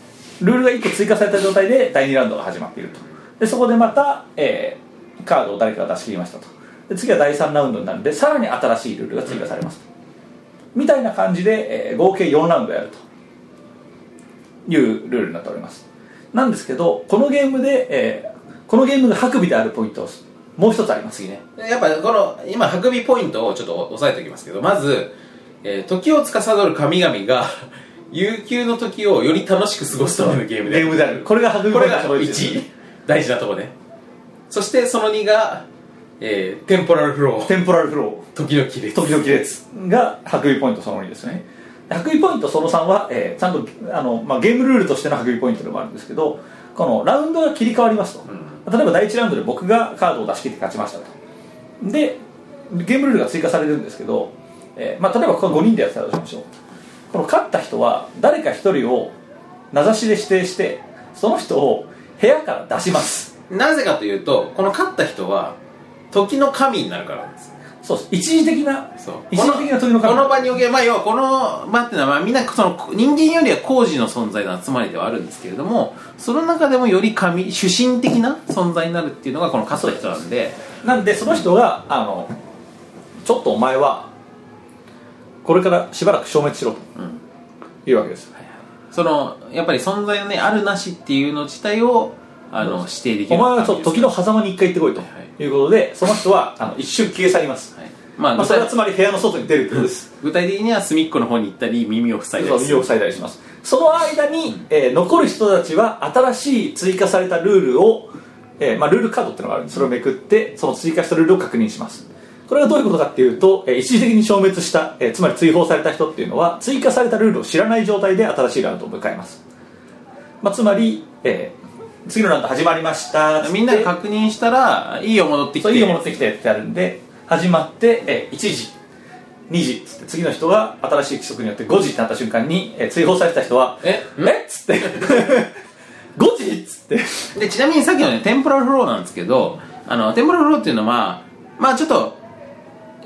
Speaker 3: ルールが1個追加された状態で第2ラウンドが始まっているとでそこでまた、えーカードを誰かが出し切りましたとで次は第3ラウンドになるんでさらに新しいルールが追加されますと、みたいな感じで、えー合計4ラウンドやるというルールになっておりますなんですけどこのゲームで、えーこのゲームがハクビであるポイントもう一つあります
Speaker 2: 次ねやっぱこの今ハクビポイントをちょっと押さえておきますけどまず、えー時を司る神々が 悠久の時をより楽しく過ごすためのゲームで
Speaker 3: ゲームであるこれがハグ
Speaker 2: これが1位 大事なとこねそしてその2が、えーテンポラルフロー
Speaker 3: テンポラルフロ
Speaker 2: 時の亀
Speaker 3: ー
Speaker 2: 裂
Speaker 3: 時々列がハグビポイントその2ですねハグビポイントその3は、えーちゃんとあの、まあ、ゲームルールとしてのハグビポイントでもあるんですけどこのラウンドが切り替わりますと、例えば第1ラウンドで僕がカードを出し切って勝ちましたとでゲームルールが追加されるんですけど、えーまあ、例えばここ5人でやってたとしましょうこの勝った人は誰か1人を名指しで指定してその人を部屋から出します
Speaker 2: なぜかというとこの勝った人は時の神になるからなんですよ
Speaker 3: そうです一時的な
Speaker 2: そう
Speaker 3: 一時的な鳥の
Speaker 2: こ
Speaker 3: 神
Speaker 2: の場におけば、まあ、要はこの場っていうのは、まあ、みんなその人間よりは工事の存在の集まりではあるんですけれどもその中でもより神主神的な存在になるっていうのがこの勝った人なんで
Speaker 3: なんでその人があのちょっとお前はこれからしばらく消滅しろと
Speaker 2: うん
Speaker 3: いうわけです、
Speaker 2: そのやっぱり存在のねあるなしっていうの自体をあの指定できる
Speaker 3: お前はちょっと時の
Speaker 2: は
Speaker 3: 狭間に一回行ってこいと
Speaker 2: はい
Speaker 3: いうことでその人はあの一瞬消え去ります、
Speaker 2: いまあ、
Speaker 3: まあ、
Speaker 2: 具
Speaker 3: それは
Speaker 2: 体
Speaker 3: つまり部屋の外に出るということです
Speaker 2: 具体的には隅っこの方に行ったり耳を塞いだ
Speaker 3: そう
Speaker 2: り
Speaker 3: 身を塞いだりしますその間に、えー残る人たちは新しい追加されたルールを、えーまあ、ルールカードっていうのがあるんでそれをめくってその追加したルールを確認しますこれがどういうことかっていうと、えー一時的に消滅した、えーつまり追放された人っていうのは追加されたルールを知らない状態で新しいラウンドを迎えます、まあ、つまり、えー次のラウンド始まりました
Speaker 2: みんなで確認したらいいよ戻ってき
Speaker 3: そう
Speaker 2: て
Speaker 3: いいよ戻ってきてってやるんで始まって、えー1時2時っつって次の人が新しい規則によって5時になった瞬間に、えー追放されてた人は
Speaker 2: えん
Speaker 3: えっつって5時っつって
Speaker 2: でちなみにさっきのねテンポラルフローなんですけどあのテンポラルフローっていうのはまあちょっと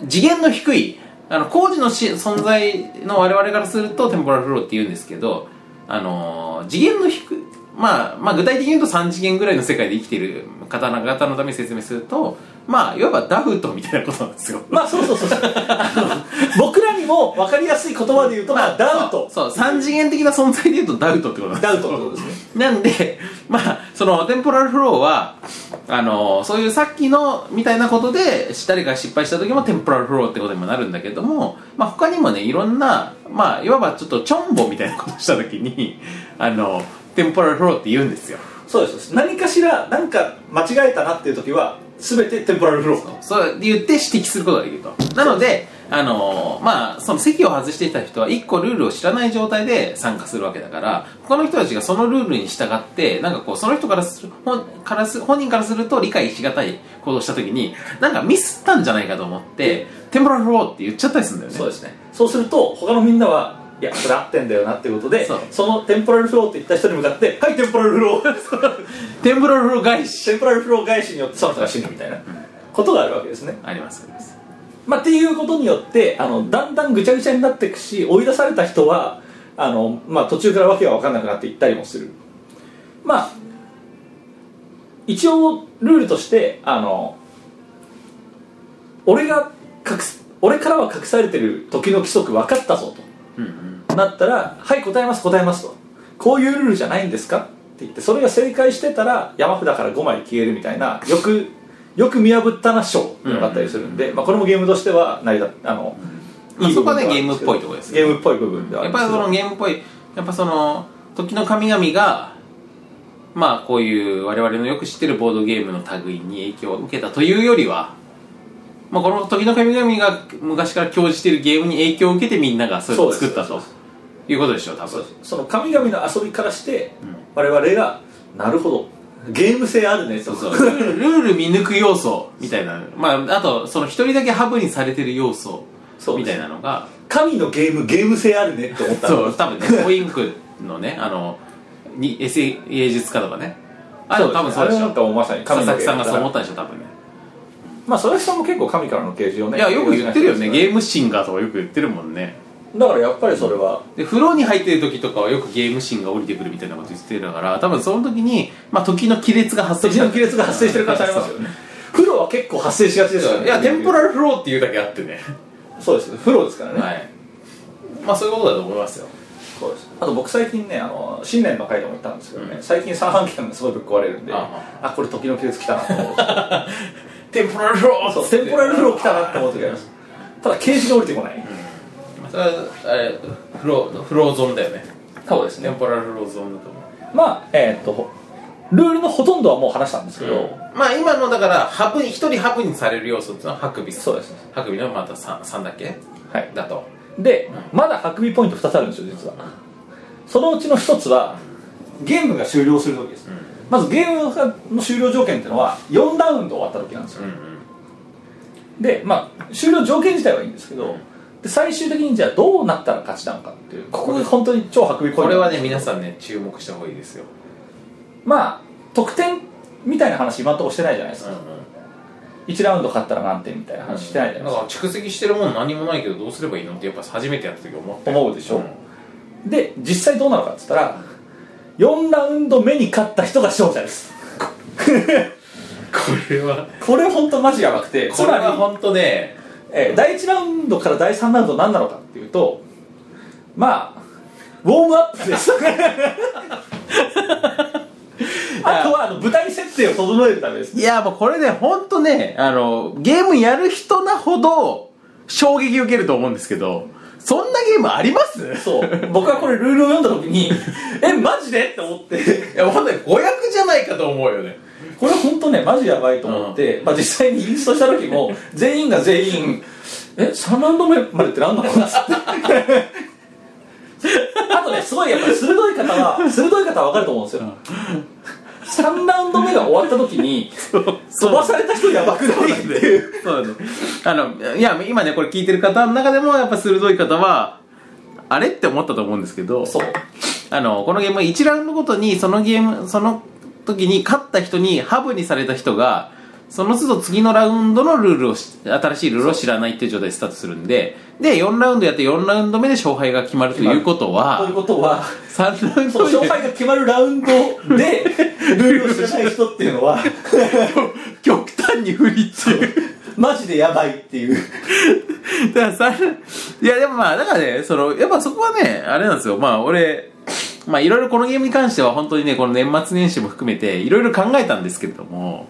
Speaker 2: 次元の低いあの工事のし存在の我々からするとテンポラルフローって言うんですけどあのー次元の低いまあ、まあ具体的に言うと3次元ぐらいの世界で生きている方々のために説明するとまあいわばダフトみたいなことなんですよ
Speaker 3: まあそうそうそうそうあの僕らにも分かりやすい言葉で言うと、まあ、ダウト
Speaker 2: そうそう3次元的な存在で言うとダウトってことなんです
Speaker 3: ダウトってことですね
Speaker 2: なんで、 まあ、そのテンポラルフローは、あのそういうさっきのみたいなことで、誰かが失敗した時もテンポラルフローってことにもなるんだけども、まあ、他にもね、いろんな、まあ、いわばちょっとチョンボみたいなことした時に、あのテンポラルフローって言うんですよ。
Speaker 3: そうですそうです何かしら何か間違えたなっていう時は全てテンポラルフロー
Speaker 2: そう言って指摘することができると。なので、あのまあ、その席を外していた人は一個ルールを知らない状態で参加するわけだから、他の人たちがそのルールに従って、なんかこう、その人からする、本からす本人からすると理解しがたい行動をしたときに、なんかミスったんじゃないかと思って、テンポラルフローって言っちゃったりするんだよね。
Speaker 3: そうですねそうすると他のみんなはいやそれ合ってんだよなっていうことで
Speaker 2: そう
Speaker 3: そのテンポラルフローって言った人に向かって「はいテンポラルフロー
Speaker 2: テンブラル返し
Speaker 3: テンプラルフロー返しによってその人が死ぬみたいなことがあるわけですね、
Speaker 2: ありますあります
Speaker 3: まあ、っていうことによってあのだんだんぐちゃぐちゃになっていくし追い出された人はあの、まあ、途中からわけが分かんなくなっていったりもするまあ一応ルールとしてあの俺が隠す俺からは隠されてる時の規則分かったぞと
Speaker 2: うんうん
Speaker 3: なったら「はい答えます答えます」と「こういうルールじゃないんですか?」って言ってそれが正解してたら山札から5枚消えるみたいなよくよく見破ったな賞っていうのがあったりするんで、まあ、これもゲームとしては成り立っあの、
Speaker 2: まあ
Speaker 3: いい部分
Speaker 2: そこはね
Speaker 3: であるんすけど
Speaker 2: ゲームっぽいとこです
Speaker 3: ゲームっぽい部分ではあ
Speaker 2: や
Speaker 3: る
Speaker 2: っ
Speaker 3: んで
Speaker 2: ぱり
Speaker 3: すけ
Speaker 2: そ
Speaker 3: ど
Speaker 2: のゲームっぽいやっぱその時の神々がまあこういう我々のよく知ってるボードゲームの類に影響を受けたというよりはまあこの時の神々が昔から教じてるゲームに影響を受けてみんながそれを作った
Speaker 3: そう
Speaker 2: と
Speaker 3: です
Speaker 2: いうことでしょう多
Speaker 3: そ
Speaker 2: 分
Speaker 3: うその神々の遊びからして、我々がなるほどゲーム性あるねと
Speaker 2: そうルールルール見抜く要素みたいなまああとその一人だけハブにされてる要素
Speaker 3: そう
Speaker 2: み
Speaker 3: です
Speaker 2: たいなのが
Speaker 3: 神のゲームゲーム性あるねって思ったの
Speaker 2: そう多分ねポインクのねあのにエセ芸術家とかねあれも多分そうで
Speaker 3: あ
Speaker 2: しょ
Speaker 3: れはなんかもうまさに
Speaker 2: 佐
Speaker 3: 神の
Speaker 2: 々
Speaker 3: ゲ
Speaker 2: 木さ
Speaker 3: ー
Speaker 2: ん
Speaker 3: ム
Speaker 2: が
Speaker 3: だ
Speaker 2: そう思
Speaker 3: か
Speaker 2: ったでしょ多分ね
Speaker 3: らまあそれさんも結構神からの啓示をね
Speaker 2: いやよく言ってるよね
Speaker 3: ゲ
Speaker 2: ゲーム神がとかよく言ってるもんね
Speaker 3: ーだからやっぱりそれは、
Speaker 2: で風呂に入ってる時とかはよくゲーム神が降りてくるみたいなこと言ってるから多分その時にまあ時の亀裂が発生
Speaker 3: 時の亀裂が発生してる可能性ありますよね風呂は結構発生しがちですから
Speaker 2: そうい
Speaker 3: ね
Speaker 2: やテンポラルフローっていうだけあってね
Speaker 3: そうです風呂ですからね、
Speaker 2: はいまあそういうことだと思いますよ
Speaker 3: そうですあと僕最近ねあの新年の回でも言ったんですけどね、最近三半規管がすごいぶっ壊れるんで
Speaker 2: あ
Speaker 3: あこれ時の亀裂来たなと思って
Speaker 2: テンポラルフロー
Speaker 3: そうテンポラルフロー来たなって思う時ありますただ刑事が降りてこない、
Speaker 2: それはあれフローフローゾーンだよね
Speaker 3: そうです
Speaker 2: テンポラルフローゾーンだと思う
Speaker 3: まあえーっとルールのほとんどはもう話したんですけど、
Speaker 2: まあ今のだからハブに一人ハブにされる要素っていうのはハクビ
Speaker 3: そうですね
Speaker 2: ハクビのまた 3, 三だっけ
Speaker 3: はい
Speaker 2: だと
Speaker 3: で、まだハクビポイント2つあるんですよ実はそのうちの1つはゲームが終了する時です、まずゲームの終了条件っていうのは4ラウンド終わった時なんですよ、でまあ終了条件自体はいいんですけど、で最終的にじゃあどうなったら勝ちなのかっていうここが本当に超ハクビポイント
Speaker 2: これはね皆さんね注目した方がいいですよ、
Speaker 3: まあ得点みたいな話今のところしてないじゃないです
Speaker 2: う
Speaker 3: か、
Speaker 2: ん
Speaker 3: 1ラウンド勝ったら何点みたいな話してないじゃない
Speaker 2: だ
Speaker 3: です
Speaker 2: か
Speaker 3: から
Speaker 2: 蓄積してるもん何もないけどどうすればいいのってやっぱ初めてやった時思ったよ
Speaker 3: 思うでしょ、
Speaker 2: ん
Speaker 3: で実際どうなのかっつったら4ラウンド目に勝った人が勝者です
Speaker 2: これは
Speaker 3: これ本当マジやばくてつ
Speaker 2: これは
Speaker 3: ま
Speaker 2: 本当ね
Speaker 3: り、えー第1ラウンドから第3ラウンド何なのかっていうとまあウォームアップです あとはあの舞台設定を整えるためです
Speaker 2: いやもうこれね本当ねあのゲームやる人なほど衝撃受けると思うんですけどそんなゲームあります
Speaker 3: そう僕はこれルールを読んだ時にえマジでって思って
Speaker 2: いや、ほんとに500じゃないかと思うよね。
Speaker 3: これ本当ねマジやばいと思って、まあ、実際にインストした時 も全員が全員「え三3ラウンド目までってなんなの?」っつってあとねすごいやっぱり鋭い方は鋭い方は分かると思うんですよ3ラウンド目が終わった時に飛ばされた人やばくないっていう
Speaker 2: そうだね。あの、いや、今ね、これ聞いてる方の中でも、やっぱ鋭い方は、あれって思ったと思うんですけど、
Speaker 3: そう
Speaker 2: あの、このゲームは1ラウンドごとに、そのゲーム、その時に勝った人に、ハブにされた人が、その都度次のラウンドのルールをし、新しいルールを知らないっていう状態でスタートするんで、で、4ラウンドやって4ラウンド目で勝敗が決まるということ
Speaker 3: という
Speaker 2: は、
Speaker 3: ことは
Speaker 2: 3ラウン
Speaker 3: その
Speaker 2: ド
Speaker 3: 勝
Speaker 2: 目で
Speaker 3: 敗が決まるラウンドでルールを知らない人っていうの は
Speaker 2: 極端に不利っていう。
Speaker 3: マジでやばいっていう
Speaker 2: だからさ、いやでもまあ、だからね、その、やっぱそこはね、あれなんですよ。まあ俺、まあいろいろこのゲームに関しては本当にね、この年末年始も含めていろいろ考えたんですけれども、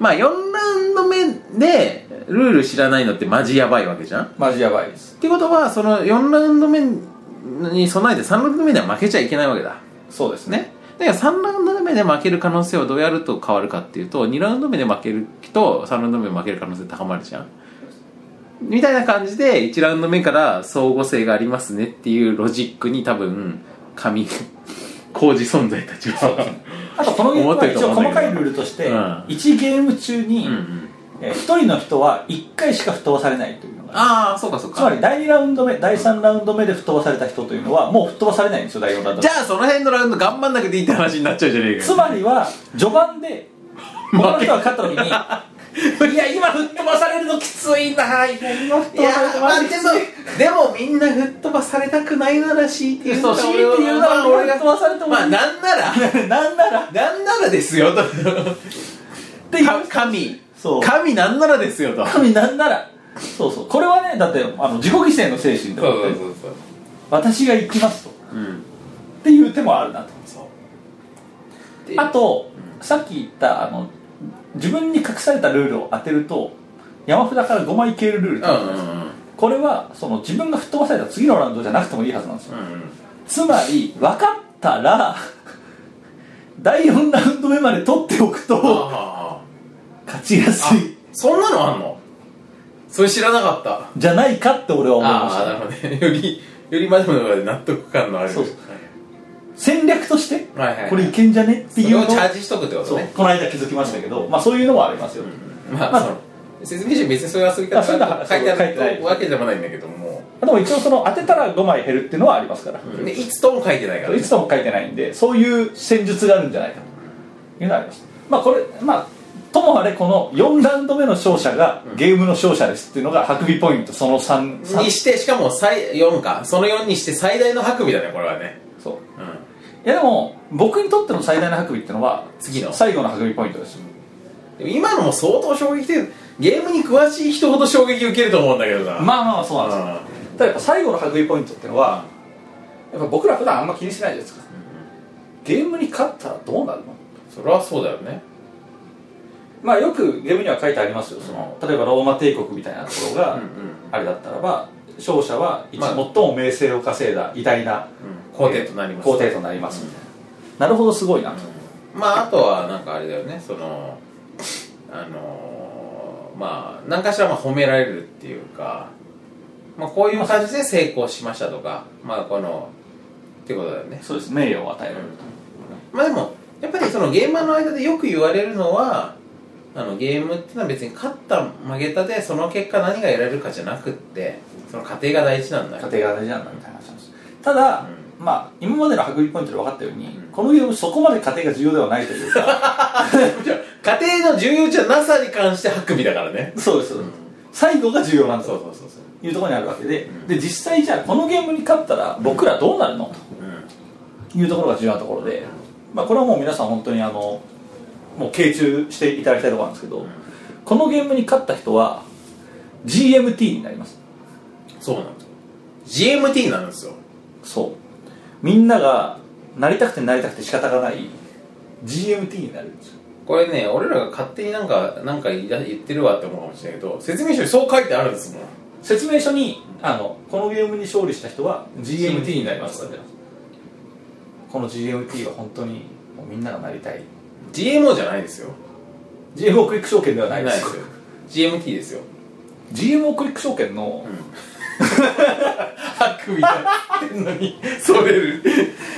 Speaker 2: まあ4ラウンド目でルール知らないのってマジやばいわけじゃんっ
Speaker 3: マジやばいです
Speaker 2: てことは、その4ラウンド目に備えて3ラウンド目では負けちゃいけないわけだ。
Speaker 3: そうですね
Speaker 2: ね。だから3ラウンド目で負ける可能性はどうやると変わるかっていうと、2ラウンド目で負けると、3ラウンド目で負ける可能性高まるじゃん。みたいな感じで、1ラウンド目から相互性がありますねっていうロジックに多分、神、工事存在たちは。
Speaker 3: あとこのゲーム
Speaker 2: 思って
Speaker 3: は
Speaker 2: ると
Speaker 3: 一応
Speaker 2: 思うんだ
Speaker 3: 細
Speaker 2: け
Speaker 3: か
Speaker 2: ど
Speaker 3: いルールとして
Speaker 2: うん
Speaker 3: 1ゲーム中に
Speaker 2: うんうん
Speaker 3: えー一人の人は1回しか吹っ飛ばされないというのがね
Speaker 2: ああそうかそうか
Speaker 3: つまり第2ラウンド目第3ラウンド目で吹っ飛ばされた人というのはもう吹っ飛ばされないんですよ第4ラウンド
Speaker 2: じゃあその辺のラウンド頑張んなくていいって話になっちゃうじゃねえか
Speaker 3: つまりは序盤で
Speaker 2: 負け
Speaker 3: 他の人が勝った時にいや今吹っ飛ばされるのきついな今吹っ
Speaker 2: い
Speaker 3: 飛
Speaker 2: や
Speaker 3: ばされ
Speaker 2: ま
Speaker 3: て
Speaker 2: あ
Speaker 3: マジ
Speaker 2: で
Speaker 3: きつい
Speaker 2: もでもみんな吹っ飛ばされたくないならしいっていう
Speaker 3: そう強いて言うなら俺が飛ばされても
Speaker 2: まあなんなら
Speaker 3: なんならっ
Speaker 2: なんならですよと
Speaker 3: ていう
Speaker 2: か神
Speaker 3: そう
Speaker 2: 神なんならですよと
Speaker 3: 神なんならそうそうこれはねだってあの自己犠牲の精神だもんね
Speaker 2: うそう
Speaker 3: 私が行きますとっ
Speaker 2: うん
Speaker 3: ていう手もあるなと
Speaker 2: で
Speaker 3: あとさっき言ったあの自分に隠されたルールを当てると山札から5枚消えるルールっ
Speaker 2: う
Speaker 3: てある
Speaker 2: ん
Speaker 3: じゃないですか
Speaker 2: うん
Speaker 3: これはその自分が吹っ飛ばされた次のラウンドじゃなくてもいいはずなんですよ、
Speaker 2: うん
Speaker 3: つまり分かったら第4ラウンド目まで取っておくと
Speaker 2: あ
Speaker 3: 勝ちやすい
Speaker 2: そんなのあんのそれ知らなかった
Speaker 3: じゃないかって俺は思いまし
Speaker 2: ああ
Speaker 3: た
Speaker 2: なるほどねよりよりまでもので納得感のある
Speaker 3: そうそう戦略として
Speaker 2: はいはいはい
Speaker 3: これいけんじゃねっ
Speaker 2: そ
Speaker 3: ていう
Speaker 2: れ
Speaker 3: の
Speaker 2: を
Speaker 3: を
Speaker 2: チャージしとくってこと
Speaker 3: そう
Speaker 2: ね
Speaker 3: この間気づきましたけど、まあ、そういうのもありますよ、
Speaker 2: まあ、
Speaker 3: まあ
Speaker 2: その説明書に別にそういう遊び方
Speaker 3: あそういうのは
Speaker 2: 書いてある
Speaker 3: 書いてない
Speaker 2: わけでもないんだけども、
Speaker 3: でも一応その当てたら5枚減るっていうのはありますから、
Speaker 2: でいつとも書いてないから、
Speaker 3: いつとも書いてないんでそういう戦術があるんじゃないかというのがありますまあこれまあともあれこの4ラウンド目の勝者がゲームの勝者ですっていうのがハクビポイントその 3,
Speaker 2: にしてしかも最4かその4にして最大のハクビだねこれはね、
Speaker 3: そ
Speaker 2: う
Speaker 3: う
Speaker 2: ん、
Speaker 3: いやでも僕にとっての最大のハクビってのは
Speaker 2: 次の
Speaker 3: 最後のハクビポイントです
Speaker 2: でも今のも相当衝撃的ゲームに詳しい人ほど衝撃受けると思うんだけどな
Speaker 3: まあまあそうなんですよ
Speaker 2: あ
Speaker 3: ただやっぱ最後のハグリポイントってのはやっぱ僕ら普段あんま気にしないじゃないですかゲームに勝ったらどうなるの
Speaker 2: それはそうだよね
Speaker 3: まあよくゲームには書いてありますよその例えばローマ帝国みたいなところが、
Speaker 2: うんうん
Speaker 3: あれだったらば勝者は一
Speaker 2: まあ
Speaker 3: 最も名声を稼いだ偉大な
Speaker 2: 皇帝となります
Speaker 3: 皇帝となります、なるほどすごいなと、
Speaker 2: まああとはなんかあれだよねそのあのーまあ何かしらまあ褒められるっていうか、まあ、こういう感じで成功しましたとかまあこのってことだよね
Speaker 3: そうです名誉を与える、
Speaker 2: まあでもやっぱりそのゲーマーの間でよく言われるのはあのゲームっていうのは別に勝った負けたでその結果何が得られるかじゃなくってその過程が大事なんだよ
Speaker 3: 家庭が大事なんだみたいな話なんですただ、まあ今までのハグリポイントで分かったように、このゲームそこまで家庭が重要ではないというか
Speaker 2: 過程の重要じゃなさに関してハクビだからね
Speaker 3: そうです、最後が重要なんだ
Speaker 2: そう
Speaker 3: と
Speaker 2: そうそうそう
Speaker 3: いうところにあるわけで、で実際じゃあこのゲームに勝ったら僕らどうなるの、
Speaker 2: うん
Speaker 3: というところが重要なところで、まあ、これはもう皆さん本当にあのもう傾注していただきたいところなんですけど、このゲームに勝った人は GMT になります
Speaker 2: そうなんですよ GMT なんですよ
Speaker 3: そうみんながなりたくてなりたくて仕方がない GMT になるんですよ
Speaker 2: これね俺らが勝手になんかなんか言い出言ってるわって思うかもしれないけど説明書にそう書いてあるんですもん
Speaker 3: 説明書にあのこのゲームに勝利した人は GMT になりますってこの GMT は本当にもうみんながなりたい
Speaker 2: GMO じゃないですよ
Speaker 3: GMO クリック証券では
Speaker 2: な
Speaker 3: な
Speaker 2: いい
Speaker 3: で
Speaker 2: ですすよ GMT ですよ
Speaker 3: GMO クリック証券の、
Speaker 2: ハクビだってんのにそれる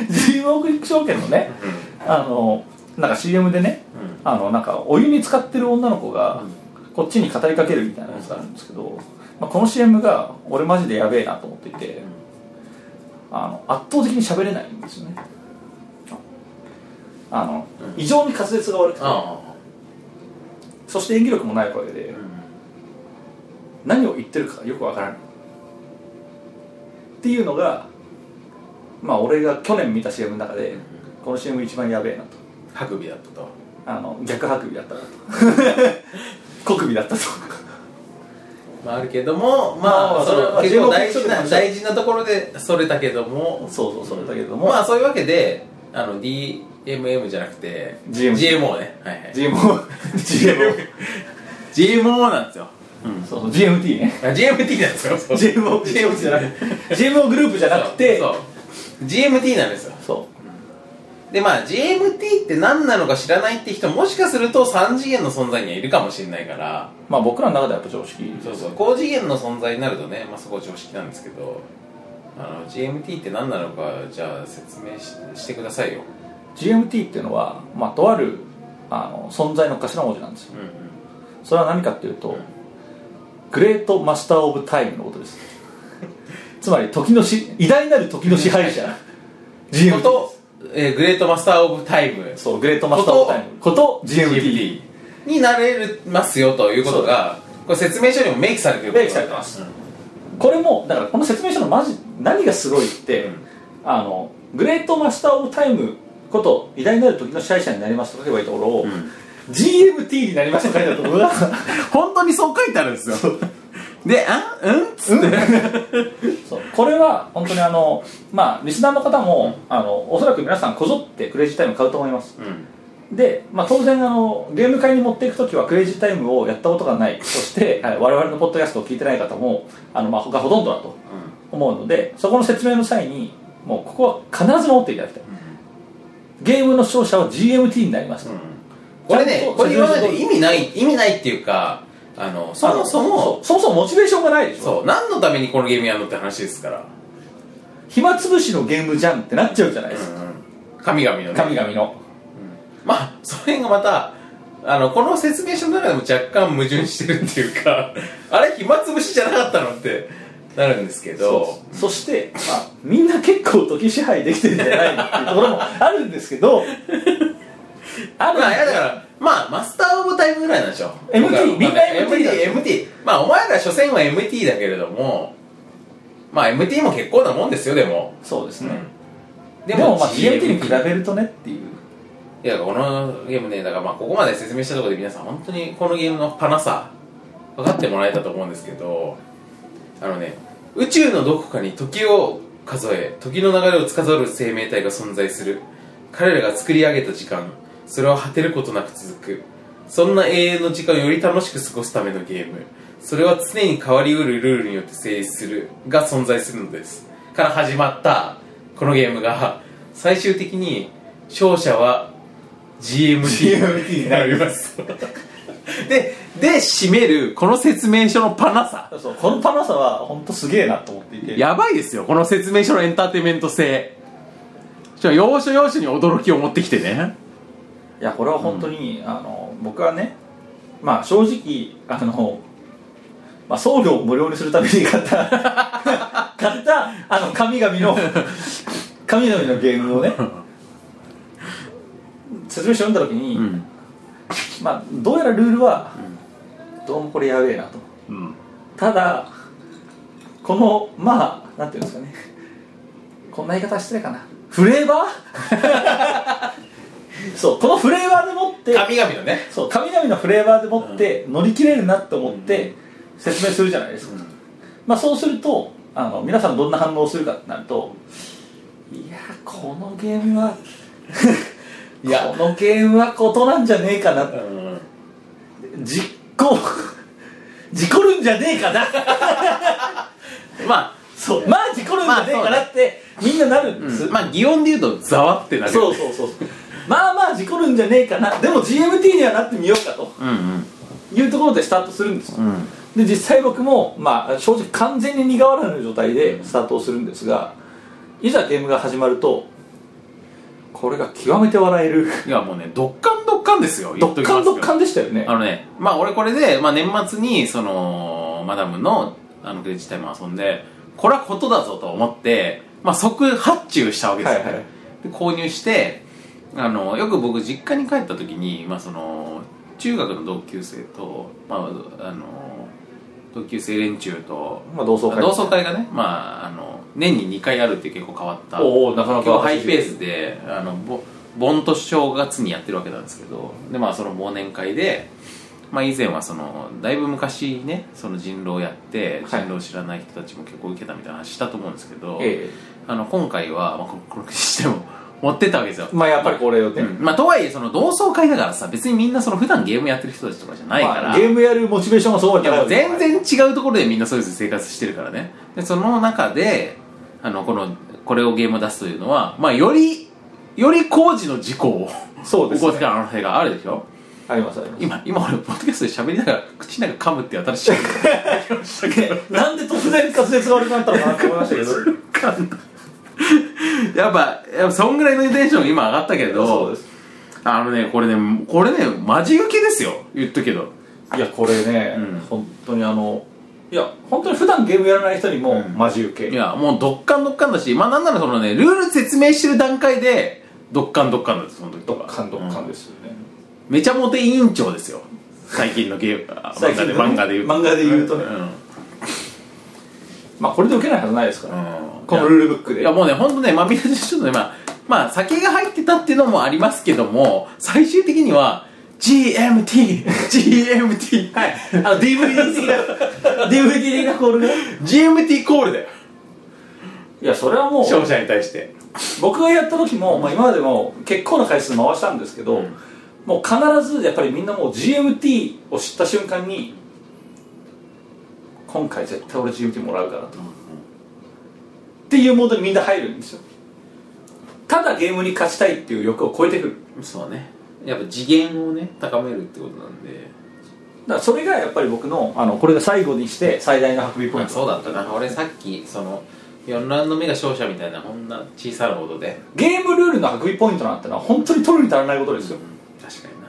Speaker 3: GMO クリック証券のね、あのなんか CM でね、あのなんかお湯に浸かってる女の子がこっちに語りかけるみたいなやつがあるんですけど、まあ、この CM が俺マジでやべえなと思っていて、あの圧倒的に喋れないんですよねあの、異常に滑舌が悪くて、
Speaker 2: あ
Speaker 3: そして演技力もないわけで、
Speaker 2: ん
Speaker 3: 何を言ってるかよくわからないっていうのがまあ俺が去年見た CM の中でこの CM 一番やべえなと
Speaker 2: あハクビだったと
Speaker 3: あの逆ハクビだったなと小首だったと
Speaker 2: まああるけどもまあ、
Speaker 3: まあ
Speaker 2: それ
Speaker 3: まあ
Speaker 2: 結構
Speaker 3: GMO
Speaker 2: 大事
Speaker 3: クリック証券の
Speaker 2: な
Speaker 3: 話
Speaker 2: 大事なところでそれたけども
Speaker 3: そうそうそれだけども、
Speaker 2: まあそういうわけであの DMM じゃなくて
Speaker 3: GM
Speaker 2: GMO ねはいはい
Speaker 3: GMO GMO
Speaker 2: GMO なんですよ
Speaker 3: そうそう GMT ね
Speaker 2: あ GMT なんで すよそう
Speaker 3: GMO じゃなくて GMO グループじゃなくて
Speaker 2: そうそう GMT なんですよ
Speaker 3: そ
Speaker 2: でまあ GMT って何なのか知らないって人もしかすると3次元の存在にはいるかもしれないから
Speaker 3: うまあ僕らの中ではやっぱ常識
Speaker 2: そうそう高次元の存在になるとね、まあ、そこ常識なんですけどあの GMT って何なのかじゃあ説明ししてくださいよ
Speaker 3: GMT っていうのは、まあ、とあるあの存在の頭文字なんですよ
Speaker 2: うん
Speaker 3: それは何かっていうと、グレートマスター・オブ・タイムのこ とですつまり時のし偉大なる時の支配者 GMT
Speaker 2: こと、えーグレートマスター・オブ・タイム
Speaker 3: そうグレートマスター・オブ・タイムこと
Speaker 2: と GMT になれますよということがこれ説明書にも明記されてること
Speaker 3: 明記されてますこれもだからこの説明書のマジ何がすごいって、
Speaker 2: うん
Speaker 3: あのグレートマスター・オブ・タイムこと偉大なる時の支配者になりますと書けばいいところを、
Speaker 2: うん
Speaker 3: GMT になりましたと書いてあるとこ ろが
Speaker 2: 本当にそう書いてあるんですよ で「あうん?」っつって、
Speaker 3: そうこれは本当にあのまあリスナーの方もあのおそらく皆さんこぞってクレイジータイム買うと思います
Speaker 2: うん
Speaker 3: で、まあ、当然あのゲーム会に持っていく時はクレイジータイムをやったことがないそして、はい我々のポッドキャストを聞いてない方もあの、まあ、他ほとんどだと思うのでそこの説明の際にもうここは必ず持っていただきたいゲームの勝者は GMT になりました、
Speaker 2: これ
Speaker 3: ちゃん
Speaker 2: ね
Speaker 3: と
Speaker 2: これ言わないと意味ない意味ないっていうかあのそもそ
Speaker 3: そ
Speaker 2: も
Speaker 3: うそもそもモチベーションがないでしょ
Speaker 2: そう何のためにこのゲームやるのって話ですから
Speaker 3: 暇つぶしのゲームじゃんってなっちゃうじゃないですか、
Speaker 2: 神々のね
Speaker 3: 神々の
Speaker 2: まあそれがまたあのこの説明書の中でも若干矛盾してるっていうか あれ暇つぶしじゃなかったのってなるんですけど
Speaker 3: そうそして、まあ、みんな結構時支配できてるんじゃないのっていうところもあるんですけ どある
Speaker 2: まあいやだからまあマスター・オブ・タイムぐらいなんでしょ
Speaker 3: MT
Speaker 2: 僕は
Speaker 3: みんな MT だ
Speaker 2: MT, MT まあお前ら所詮は MT だけれどもまあ MT も結構なもんですよでも
Speaker 3: そうですね、
Speaker 2: で
Speaker 3: でもまあ
Speaker 2: GMT
Speaker 3: GMT に比べるとねっていう
Speaker 2: いやこのゲームねだからまあここまで説明したところで皆さん本当にこのゲームのパナさ分かってもらえたと思うんですけどあのね宇宙のどこかに時を数え時の流れを司る生命体が存在する彼らが作り上げた時間それは果てることなく続くそんな永遠の時間をより楽しく過ごすためのゲームそれは常に変わりうるルールによって成立するが存在するのですから始まったこのゲームが最終的に勝者は GMT になりますでで締めるこの説明書のパナさ
Speaker 3: そうこのパナさは本当すげえなと思っていて
Speaker 2: やばいですよこの説明書のエンターテインメント性ちょ要所要所に驚きを持ってきてね
Speaker 3: いやこれは本当に、あの僕はねまあ正直あの、まあ、送料を無料にするために買った 買ったあの神 々の神々のゲームをね説明書読んだ時に、
Speaker 2: うん
Speaker 3: まあどうやらルールは、どうもこれやべえなと
Speaker 2: うん
Speaker 3: ただこのまあなんていうんですかねこんな言い方は失礼かなフレーバー そうこのフレーバーでもって
Speaker 2: 神々のね
Speaker 3: そう神々のフレーバーでもって乗り切れるなって思って説明するじゃないですか、まあ、そうするとあの皆さんどんな反応をするかってなるといやーこのゲームは
Speaker 2: いや
Speaker 3: このゲームはことなんじゃねえか
Speaker 2: う
Speaker 3: な
Speaker 2: ん
Speaker 3: 実行 事故るんじゃねえかな
Speaker 2: ま
Speaker 3: そうまあ事故るんじゃねえかなってみんななるん
Speaker 2: あ、
Speaker 3: です、
Speaker 2: まあ擬音で言うとざわってなる
Speaker 3: そううそうそうそうまあまあ事故るんじゃねえかなでも GMT にはなってみようかと
Speaker 2: うんうん
Speaker 3: いうところでスタートするんですよ
Speaker 2: うん
Speaker 3: で実際僕も、まあ、正直完全に苦笑いの状態でスタートをするんですがいざゲームが始まるとこれが極めて笑え る
Speaker 2: いやもうねドッカンドッカンですよ
Speaker 3: ドッカンドッカ
Speaker 2: ン
Speaker 3: ンでしたよね
Speaker 2: あのねまあ俺これで、まあ、年末にそのマダムのあのクレジットタイムを遊んでこれはことだぞと思って、まあ、即発注したわけですよね、
Speaker 3: はいはい
Speaker 2: で購入してあのよく僕実家に帰った時に、まあ、その中学の同級生と、まあ、あの同級生連中と
Speaker 3: まあ同窓会
Speaker 2: 同窓会がね、まあ、あの年に2回あるっていう結構変わった
Speaker 3: おおなかなか
Speaker 2: 結構ハイペースであのぼ盆と正月にやってるわけなんですけどでまあその忘年会で、まあ、以前はそのだいぶ昔ねその人狼やって
Speaker 3: はい
Speaker 2: 人狼知らない人たちも結構受けたみたいな話したと思うんですけど、
Speaker 3: え
Speaker 2: あの今回は、まあ、このこのしても持ってったわけですよ
Speaker 3: えまあやっぱりこれをね、
Speaker 2: うんまあとはいえその同窓会だからさ別にみんなその普段ゲームやってる人たちとかじゃないから、
Speaker 3: まあゲームやるモチベーションはそう
Speaker 2: い
Speaker 3: だ
Speaker 2: や
Speaker 3: っ
Speaker 2: もう
Speaker 3: た
Speaker 2: 全然違うところでみんなそれぞれ生活してるからねでその中であのこのこれをゲームを出すというのはまあよりより工事の事故を
Speaker 3: そうです
Speaker 2: 起
Speaker 3: ね
Speaker 2: こす可能性があるでしょ
Speaker 3: ありますあります
Speaker 2: 今今俺ポッドキャストで喋りながら口の中噛むっていう新しい
Speaker 3: なんで突然滑舌が悪くなったのかなって思いまし たけど
Speaker 2: やっぱやっぱそんぐらいのテンション今上がったけ
Speaker 3: そう
Speaker 2: ど
Speaker 3: です
Speaker 2: あのねこれねこれねマジ受けですよ言っとくけど
Speaker 3: いやこれね、
Speaker 2: うん
Speaker 3: 本当にあの本当に普段ゲームやらない人にもマジ受け、
Speaker 2: いや、もう、ドッカンドッカンだし、まあ、なんならそのね、ルール説明してる段階で、ドッカンドッカンだです、その時
Speaker 3: ド
Speaker 2: とか。
Speaker 3: ッカンドッカン
Speaker 2: うん
Speaker 3: ですよね、
Speaker 2: めちゃモテ委員長ですよ。最近のゲーム、 あ漫画で、漫画で言うと。
Speaker 3: 漫画で言うとね、
Speaker 2: うん
Speaker 3: まあこれで受けないはずないですから、
Speaker 2: うん
Speaker 3: このルールブックで
Speaker 2: いやもうね、ほんとね、まみれとちょっとね、まあ、まあ、酒が入ってたっていうのもありますけども、最終的には、GMT、GMT、
Speaker 3: はいあの DVD 的な DVD 的なコールが
Speaker 2: GMT コールだよ。
Speaker 3: いやそれはもう
Speaker 2: 勝者に対して。
Speaker 3: 僕がやった時も、まあ、今までも結構な回数回したんですけど、
Speaker 2: うん
Speaker 3: もう必ずやっぱりみんなもう GMT を知った瞬間に今回絶対俺 GMT もらうからと、っていうモードにみんな入るんですよただゲームに勝ちたいっていう欲を超えてくる
Speaker 2: そうね。やっぱ次元をね、高めるってことなんで。
Speaker 3: だからそれがやっぱり僕のあのこれが最後にして最大の運びポイント
Speaker 2: そうだったな。俺さっき、その、4ラウンド目が勝者みたいな、こんな小さなことで。
Speaker 3: ゲームルールの運びポイントなんてのは本当に取るに足らないことですよ、
Speaker 2: 確かにな。ま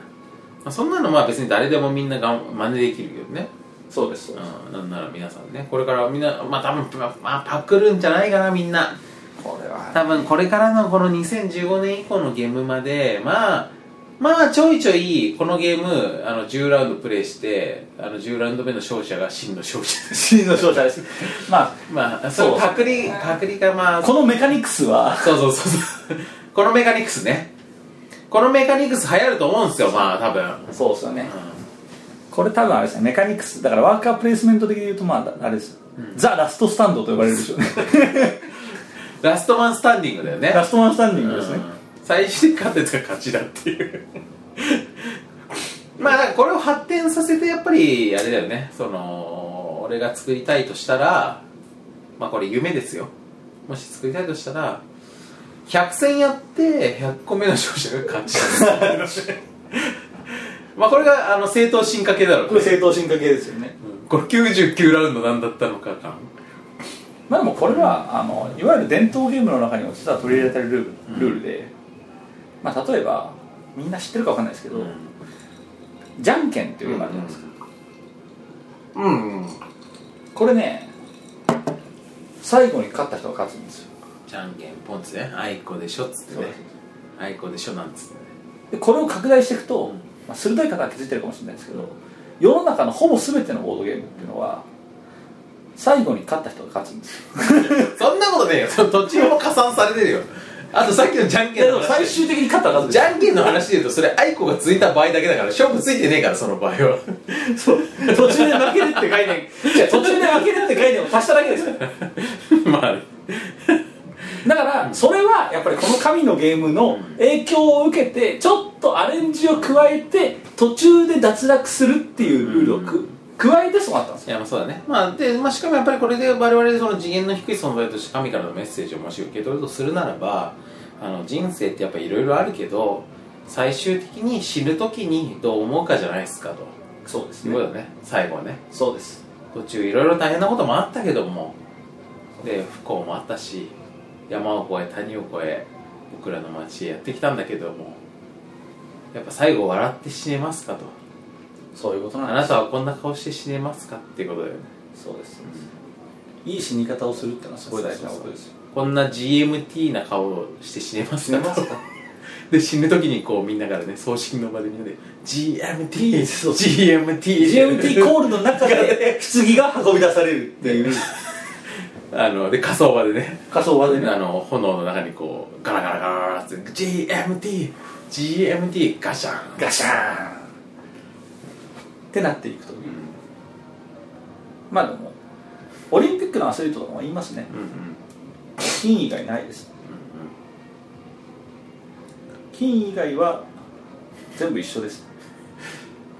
Speaker 2: あ、そんなのまあ別に誰でもみんながん真似できるけどね。
Speaker 3: そうですそうです
Speaker 2: うん、なんなら皆さんね、これからみんな、まあ多分、ままあパクるんじゃないかな、みんな。
Speaker 3: これは
Speaker 2: 多分これからのこの2015年以降のゲームまでまあまあちょいちょいこのゲームあの10ラウンドプレイしてあの10ラウンド目の勝者が真の勝者
Speaker 3: 真の勝者ですまあ
Speaker 2: まあ
Speaker 3: そう
Speaker 2: そうパクリパクリがまあ
Speaker 3: このメカニクスは
Speaker 2: そうそうそうそうこのメカニクスねこのメカニクス流行ると思うんですよまあ多分、
Speaker 3: そうですよね、これ多分あれですねメカニクスだからワーカープレイスメント的に言うとまあだあれですよ、ザ・ラストスタンドと呼ばれるでしょうね
Speaker 2: ラストマンスタンディングだよね
Speaker 3: ラストマンスタンディングですね、
Speaker 2: うん最終的に勝ったやつが勝ちだっていう まあだからこれを発展させてやっぱりあれだよねその俺が作りたいとしたらまあこれ夢ですよもし作りたいとしたら100戦やって100個目の勝者が勝ちだ まあこれがあの正当進化系だろう
Speaker 3: これ正当進化系ですよね、
Speaker 2: これ99ラウンドなんだったのかか
Speaker 3: まあでもこれはあのいわゆる伝統ゲームの中にも実は取り入れられてるルール,、ルールでまあ例えばみんな知ってるかわかんないですけど、じゃんけんっていうのがあるじゃないですか、
Speaker 2: うん、
Speaker 3: これね最後に勝った人が勝つんですよ
Speaker 2: じゃんけんポンっつってねあいこでしょっつってねあいこでしょなんつってね
Speaker 3: でこれを拡大していくと、
Speaker 2: うん
Speaker 3: まあ、鋭い方は気づいてるかもしれないですけど世の中のほぼ全てのボードゲームっていうのは最後に勝った人が勝つんですよ
Speaker 2: そんなことねえよその途中も加算されてるよあとさっきのじゃんけんの話
Speaker 3: 最終的に勝ったら勝つ
Speaker 2: じゃんけんの話で言うとそれ愛子がついた場合だけだから勝負ついてねえからその場合 は
Speaker 3: そう途中で負けるって概念 いや途中で負けるって概念を足しただけですから
Speaker 2: まあ
Speaker 3: だからそれはやっぱりこの神のゲームの影響を受けてちょっとアレンジを加えて途中で脱落するっていうルールをく加えてそうなったんですよ
Speaker 2: いやまあそうだねまあで、まあ、しかもやっぱりこれで我々その次元の低い存在として神からのメッセージをもし受け取るとするならばあの人生ってやっぱいろいろあるけど最終的に死ぬ時にどう思うかじゃないですかと
Speaker 3: そうです
Speaker 2: いうことだね最後はね
Speaker 3: そうです
Speaker 2: 途中いろいろ大変なこともあったけどもで不幸もあったし山を越え谷を越え僕らの町へやってきたんだけどもやっぱ最後笑って死ねますかと
Speaker 3: そういうことなん
Speaker 2: あ
Speaker 3: です
Speaker 2: なたはこんな顔して死ねますかっていうことだよね
Speaker 3: そうです、いい死に方をするってのはすごい大事なことですよ
Speaker 2: こんな GMT な顔をして死ねますかと
Speaker 3: か
Speaker 2: で死ぬ時にこうみんなからね葬式の場でみんなで GMT
Speaker 3: そう
Speaker 2: GMT
Speaker 3: GMT コールの中で棺が運び出されるっていう
Speaker 2: あので火葬場でね
Speaker 3: 仮想場でね
Speaker 2: あの炎の中にこうガラガラガラガラって GMT GMT ガシャン
Speaker 3: ガシャーンってなっていくというまあでもオリンピックのアスリートとかも言いますね
Speaker 2: うんうん
Speaker 3: 金以外ないです金以外は全部一緒です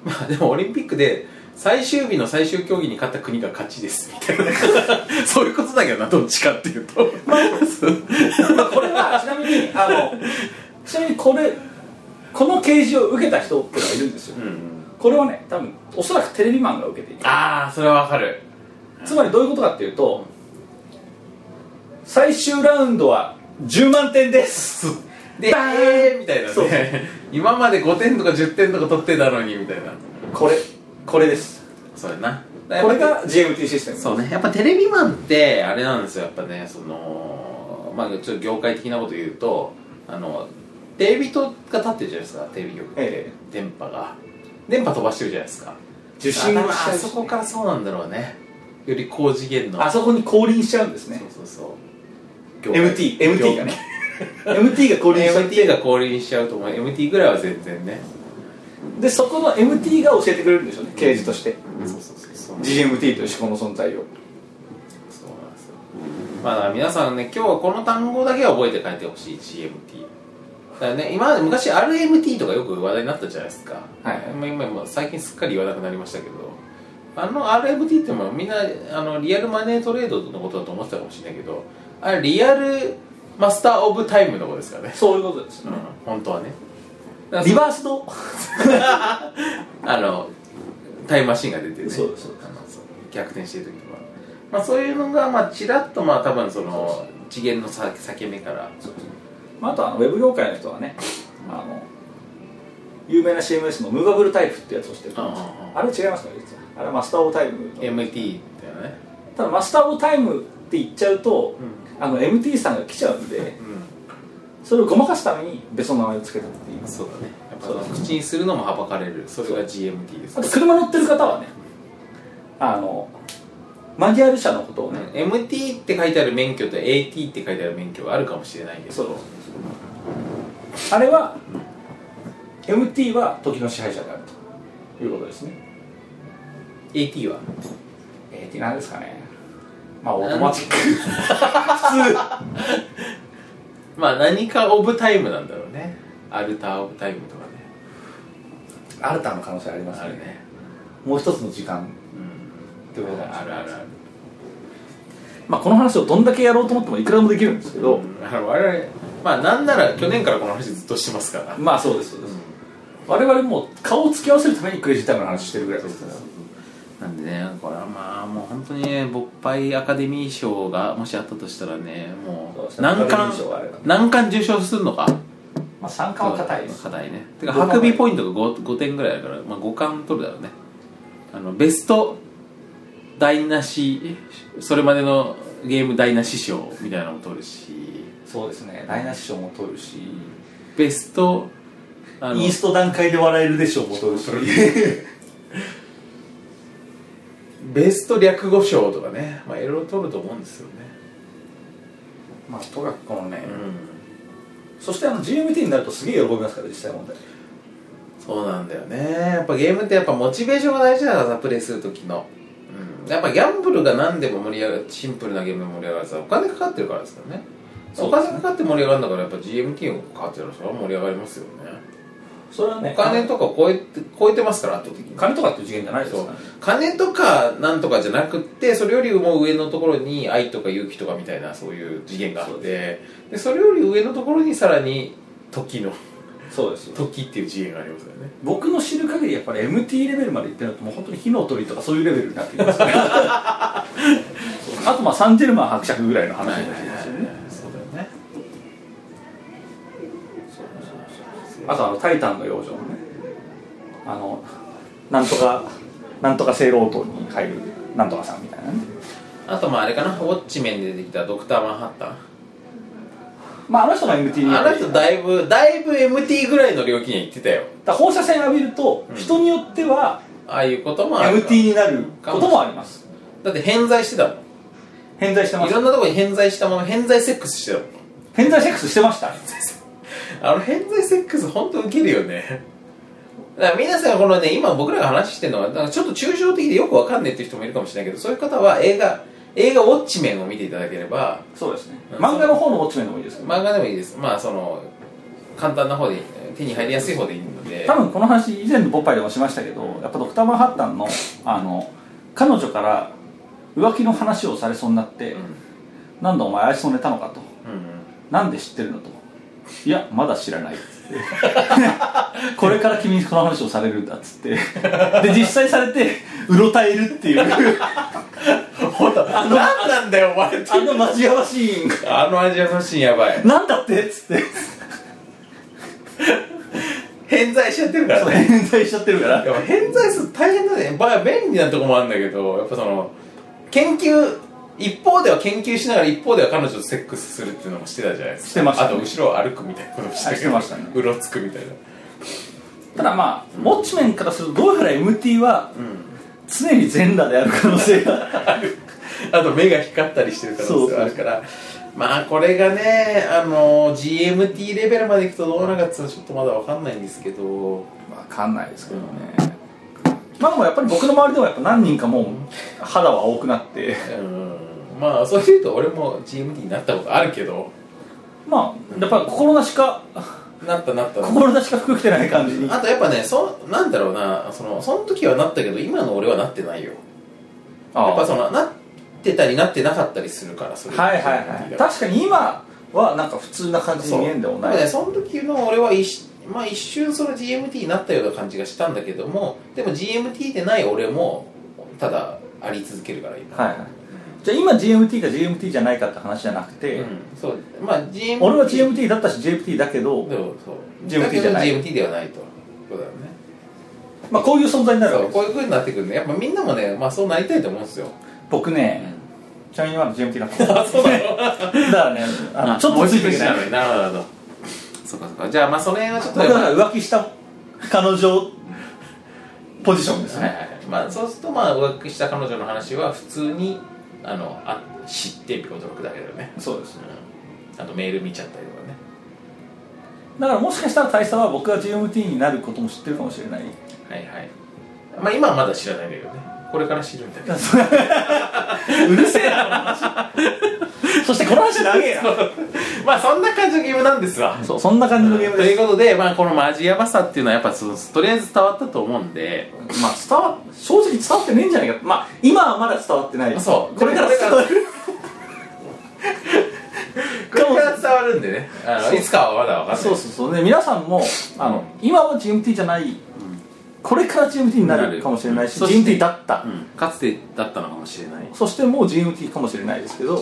Speaker 2: まあでもオリンピックで最終日の最終競技に勝った国が勝ちですみたいな そういうことだけどなどっちかって いうとそう
Speaker 3: まあこれはちなみにあのちなみにこれこの掲示を受けた人っていうのがいるんですよ
Speaker 2: うんうん
Speaker 3: これはね多分おそらくテレビマンが受けている
Speaker 2: ああそれはわかる
Speaker 3: つまりどういうことかっていうと最終ラウンドは10万点 です
Speaker 2: で
Speaker 3: バーン
Speaker 2: えーみたいな
Speaker 3: そう
Speaker 2: ね今まで5点とか10点とか取ってたのにみたいな
Speaker 3: これこれです
Speaker 2: それなだか
Speaker 3: こ
Speaker 2: ら
Speaker 3: れ
Speaker 2: やっぱ
Speaker 3: が GMT システム
Speaker 2: そうねやっぱテレビマンってあれなんですよやっぱねそのまあちょっと業界的なこと言うとあのテレビ塔が立ってるじゃないですかテレビ局って、
Speaker 3: え
Speaker 2: 電波が電波飛ばしてるじゃないですか
Speaker 3: 受信
Speaker 2: あ
Speaker 3: を
Speaker 2: 多分
Speaker 3: しちゃ
Speaker 2: あ
Speaker 3: うし
Speaker 2: そこからそうなんだろうねより高次元の
Speaker 3: あそこに降臨しちゃうんですね
Speaker 2: そうそうそう
Speaker 3: MT MT がね
Speaker 2: 業
Speaker 3: MT が降臨しちゃっ
Speaker 2: MT
Speaker 3: て
Speaker 2: が降臨しちゃうと思う MT ぐらいは全然ね
Speaker 3: でそこの MT が教えてくれるんでしょうね刑事として
Speaker 2: そうそうそうそう
Speaker 3: GMT という思考の存在を
Speaker 2: そうなんですよまあだから皆さんね今日はこの単語だけは覚えて帰ってほしい GMT だからね今まで昔 RMT とかよく話題になったじゃないですか、
Speaker 3: はい
Speaker 2: まあ今もう最近すっかり言わなくなりましたけどあの RMT ってもうみんなあのリアルマネートレードのことだと思ってたかもしれないけどあれリアルマスター・オブ・タイムのことですからね、
Speaker 3: そういうことです
Speaker 2: う
Speaker 3: ね
Speaker 2: ん、本当はね
Speaker 3: リバースの
Speaker 2: あのタイムマシンが出てね
Speaker 3: そうですそうです
Speaker 2: あのそう逆転してる時とか、まあ、そういうのが、まあ、ちらっとまあ多分その次元のさ裂け目から
Speaker 3: まあ、あとはあのウェブ業界の人はねあの有名な CMS のムーバブルタイプってやつをしてると思うんですよ
Speaker 2: うんうん
Speaker 3: あれ違いますから実はあれはマスター・オブ・タイムの
Speaker 2: MT っていうのね
Speaker 3: ただマスター・オブ・タイムって言っちゃうと、
Speaker 2: う
Speaker 3: あの MT さんが来ちゃうんでそれをごまかすために別の名前をつけたって言い
Speaker 2: うん
Speaker 3: ます
Speaker 2: そうだねやっぱその口にするのもはばかれるそれが GMT です
Speaker 3: あと車乗ってる方はねあのマニュアル車のことをね、
Speaker 2: MT って書いてある免許と AT って書いてある免許があるかもしれないけど
Speaker 3: そうあれは MT は時の支配者であるということですね
Speaker 2: AT は
Speaker 3: えー、ってなんですかねまあオートマチック普通
Speaker 2: まあ何かオブタイムなんだろうねアルターオブタイムとかね
Speaker 3: アルタの可能性あります
Speaker 2: あ
Speaker 3: よ
Speaker 2: る
Speaker 3: ね
Speaker 2: ね
Speaker 3: もう一つの時間
Speaker 2: うん
Speaker 3: ってことかもし
Speaker 2: ある
Speaker 3: れない
Speaker 2: あ
Speaker 3: で
Speaker 2: る
Speaker 3: す
Speaker 2: ある
Speaker 3: まあこの話をどんだけやろうと思ってもいくらでもできるんですけど、
Speaker 2: あの我々まあなんなら去年からこの話ずっとしてますから
Speaker 3: まあそうですそうです、我々もう顔を突き合わせるためにクレイジータイムの話してるぐらいですから
Speaker 2: なんでねこれはまあもう本当にね勃発アカデミー賞がもしあったとしたらね
Speaker 3: そう
Speaker 2: も
Speaker 3: です
Speaker 2: う
Speaker 3: ね
Speaker 2: 難
Speaker 3: アカデ
Speaker 2: 関
Speaker 3: ミー賞はあれだ
Speaker 2: 難関受賞するのか
Speaker 3: まあ参加は硬いです
Speaker 2: 硬いねてかハクビポイントが 5, 5点ぐらいだから、まあ、5冠取るだろうねあのベスト台無しそれまでのゲーム台無し賞みたいなのも取るし
Speaker 3: そうですねダイナ師匠も取るし、
Speaker 2: ベストあの
Speaker 3: インスト段階で笑えるでしょうも取るし
Speaker 2: ベスト略語賞とかねまあいろいろ取ると思うんですよね
Speaker 3: まあとかくこのね、
Speaker 2: うん
Speaker 3: そしてあの GMT になるとすげえ喜びますから実際問題
Speaker 2: そうなんだよねやっぱゲームってやっぱモチベーションが大事だからさプレイする時の、うん、やっぱギャンブルが何でも盛り上がるシンプルなゲームで盛り上がるさお金かかってるからですからね
Speaker 3: そ
Speaker 2: お
Speaker 3: うです
Speaker 2: 金かかって盛り上がるんだからやっぱ GMT をかかってるそれは盛り上がりますよね
Speaker 3: それはね
Speaker 2: お金とか超えて超えてますから圧倒的に
Speaker 3: 金とかっていう次元じゃないです
Speaker 2: そ
Speaker 3: か
Speaker 2: う
Speaker 3: らね
Speaker 2: 金とかなんとかじゃなくってそれよりも上のところに愛とか勇気とかみたいなそういう次元があっ
Speaker 3: そう
Speaker 2: てでそれより上のところにさらに時の
Speaker 3: そうですよ
Speaker 2: 時っていう次元がありますよね
Speaker 3: 僕の知る限りやっぱり MT レベルまでいってるともう本当に火の鳥とかそういうレベルになって きますねあとまあサンジェルマン伯爵ぐらいの話になりますよね
Speaker 2: そうだよね
Speaker 3: あとあの「タイタンの養生」ねあのなんとかなんとか聖老島に入るなんとかさんみたいなね
Speaker 2: あとまああれかなウォッチメンで出てきたドクター・マンハッタン
Speaker 3: まああの人が MT に
Speaker 2: あの人
Speaker 3: だか
Speaker 2: だいぶだいぶ MT ぐらいの領域には行ってたよ
Speaker 3: ら放射線浴びると人によっては
Speaker 2: ああいうこともあるから
Speaker 3: MT になることもあります
Speaker 2: だって偏在してたも
Speaker 3: 偏在してま
Speaker 2: んいろ
Speaker 3: す
Speaker 2: んなとこに偏在したまま偏在セックスしてたもん
Speaker 3: 偏在セックスしてました
Speaker 2: あの偏在セックス本当ウケるよねだから皆さんこのね今僕らが話してるのはなんかちょっと抽象的でよくわかんねえっていう人もいるかもしれないけどそういう方は映画映画ウォッチメンを見ていただければ
Speaker 3: そうですね
Speaker 2: うん
Speaker 3: 漫画の方のウォッチメンでもいいですけど
Speaker 2: 漫画でもいいですまあその簡単な方で手に入りやすい方でいいので
Speaker 3: 多分この話以前の「ポッパイ」でもしましたけどやっぱドクター・マンハッタンのあの彼女から浮気の話をされそうになって「なんだお前あいつと寝たのか」と
Speaker 2: うん うん
Speaker 3: 「なんで知ってるの?」と「いやまだ知ら ない」っつって「これから君にこの話をされるんだ」っつってで実際されてうろたえるっていうあ
Speaker 2: 本当何なんだよお前って
Speaker 3: の交わシーンが
Speaker 2: あのアジアのシーンやばい
Speaker 3: 「なんだって?」っつって
Speaker 2: 偏在しちゃってるからね
Speaker 3: 偏在しちゃってるから
Speaker 2: やっぱ偏在数大変だねば便利なとこもあるんだけどやっぱその研究一方では研究しながら一方では彼女とセックスするっていうのもしてたじゃないですか
Speaker 3: してましたね
Speaker 2: あと後ろを歩くみたいなこともしてたけど
Speaker 3: はいしてましたね
Speaker 2: うろつくみたいな
Speaker 3: ただまあウォッチメンからするとどうやら MT は
Speaker 2: ん
Speaker 3: 常に全裸である可能性がある
Speaker 2: あと目が光ったりしてる可能性があるからまあこれがねあの GMT レベルまでいくとどうなるかっていうのはちょっとまだわかんないんですけど
Speaker 3: わかんないですけどねまあでもやっぱり僕の周りでもやっぱ何人かもう肌は青くなって
Speaker 2: うんまあそういうと俺も GMT になったことあるけど
Speaker 3: まあやっぱり心なしか
Speaker 2: なったなったなった
Speaker 3: 心なしか服着てない感じに
Speaker 2: あとやっぱねそなんだろうなそのその時はなったけど今の俺はなってないよやっぱそのなってたりなってなかったりするからそれ
Speaker 3: はいはいはい確かに今はなんか普通な感じに見えんでも
Speaker 2: な
Speaker 3: な
Speaker 2: ので
Speaker 3: い
Speaker 2: その時の俺は一,、まあ、一瞬その GMT になったような感じがしたんだけどもでも GMT でない俺もただあり続けるから今
Speaker 3: はいはいじゃあ今 GMT か GMT じゃないかって話じゃなくて、
Speaker 2: うん、そうまあ GMT
Speaker 3: 俺は GMT だったし JPT だけど、
Speaker 2: でもそうだ
Speaker 3: GMT
Speaker 2: け
Speaker 3: じ
Speaker 2: ど
Speaker 3: ゃない
Speaker 2: GMT ではないとそうだよね
Speaker 3: まあ、こういう存在になるわ
Speaker 2: そ
Speaker 3: け
Speaker 2: う
Speaker 3: で
Speaker 2: こうい
Speaker 3: す
Speaker 2: うふうになってくるねやっぱみんなもね、まあ、そうなりたいと思うんですよ、
Speaker 3: 僕ね、ちなみに今の GMT だった
Speaker 2: そうだろ
Speaker 3: だからねあのちょっとついていけない
Speaker 2: ななるほどなるほどそうかそうかじゃあまあその辺はちょっと
Speaker 3: 僕はだから浮気した彼女ポジションです
Speaker 2: はいは
Speaker 3: ね
Speaker 2: いはいまあ、そうするとまあ浮気した彼女の話は普通にあのあ知って驚くだけだよね、
Speaker 3: そうです
Speaker 2: うん、あとメール見ちゃったりとかね
Speaker 3: だからもしかしたら大佐は僕が GMT になることも知ってるかもしれない
Speaker 2: はいはいまあ今はまだ知らないんだけどねこれから知るんだけど
Speaker 3: うるせえなこの話そしてこの話長えな
Speaker 2: まあそんな感じのゲームなんですわ
Speaker 3: そうそんな感じのゲーム
Speaker 2: と
Speaker 3: で
Speaker 2: いうことで、まあ、このマジヤバさっていうのはやっぱそのとりあえず伝わったと思うんです
Speaker 3: まあ伝わ正直伝わってねえんじゃないかまあ今はまだ伝わってない
Speaker 2: そう
Speaker 3: これから
Speaker 2: これ
Speaker 3: 伝
Speaker 2: から
Speaker 3: わる
Speaker 2: これから伝わるんでねあのいつかはまだ分かんない
Speaker 3: そうそうそうね皆さんもあの、今は GMT じゃない、これから GMT にな
Speaker 2: な
Speaker 3: る
Speaker 2: る
Speaker 3: かもしれないし
Speaker 2: そして
Speaker 3: GMT だった、
Speaker 2: うん、かつてだったのかもしれない、
Speaker 3: そしてもう GMT かもしれないですけど、っ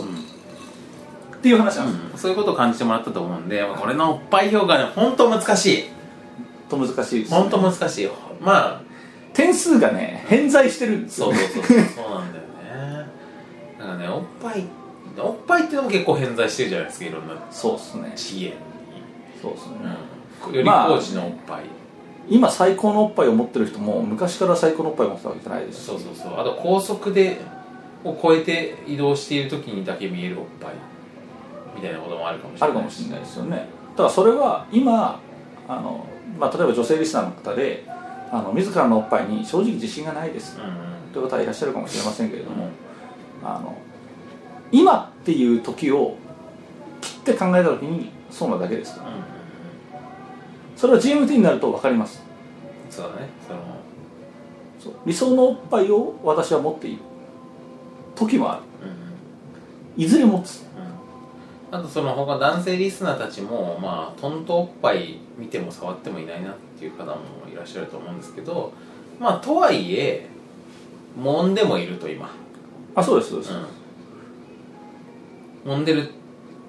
Speaker 3: ていう話なんです、
Speaker 2: そういうことを感じてもらったと思うんでこれのおっぱい評価ね本当難しい
Speaker 3: と難しいです
Speaker 2: 本当難しいよまあ
Speaker 3: 点数がね偏在してるんですよ
Speaker 2: そうそうそうそうなんだよねだからねおっぱいおっぱいってのも結構偏在してるじゃないですかいろんな
Speaker 3: そうっすね
Speaker 2: 知恵に、
Speaker 3: そうっすね、
Speaker 2: より
Speaker 3: まあ
Speaker 2: 高知のおっぱい、
Speaker 3: 今最高のおっぱいを持ってる人も昔から最高のおっぱいを持ってたわけじゃないです
Speaker 2: そうそうそうあと高速でを超えて移動している時にだけ見えるおっぱいみたいなこともあるかもし
Speaker 3: あ
Speaker 2: れ
Speaker 3: る
Speaker 2: な
Speaker 3: か
Speaker 2: い
Speaker 3: もしれないですよねただそれは今あの、まあ、例えば女性リスナーの方であの自らのおっぱいに正直自信がないです
Speaker 2: うんうん
Speaker 3: という方はいらっしゃるかもしれませんけれども、
Speaker 2: うん
Speaker 3: あの今っていう時を切って考えた時にそうなだけですから
Speaker 2: うんうんうん
Speaker 3: それは GMT になると分かります
Speaker 2: そうだねその
Speaker 3: そう理想のおっぱいを私は持っている時もある
Speaker 2: うんうん
Speaker 3: いずれ持つ
Speaker 2: うんあとその他男性リスナーたちもまあトントおっぱい見ても触ってもいないなっていう方もいらっしゃると思うんですけどまあとはいえ揉んでもいると今、
Speaker 3: あそうですそうです、
Speaker 2: うん、揉んでる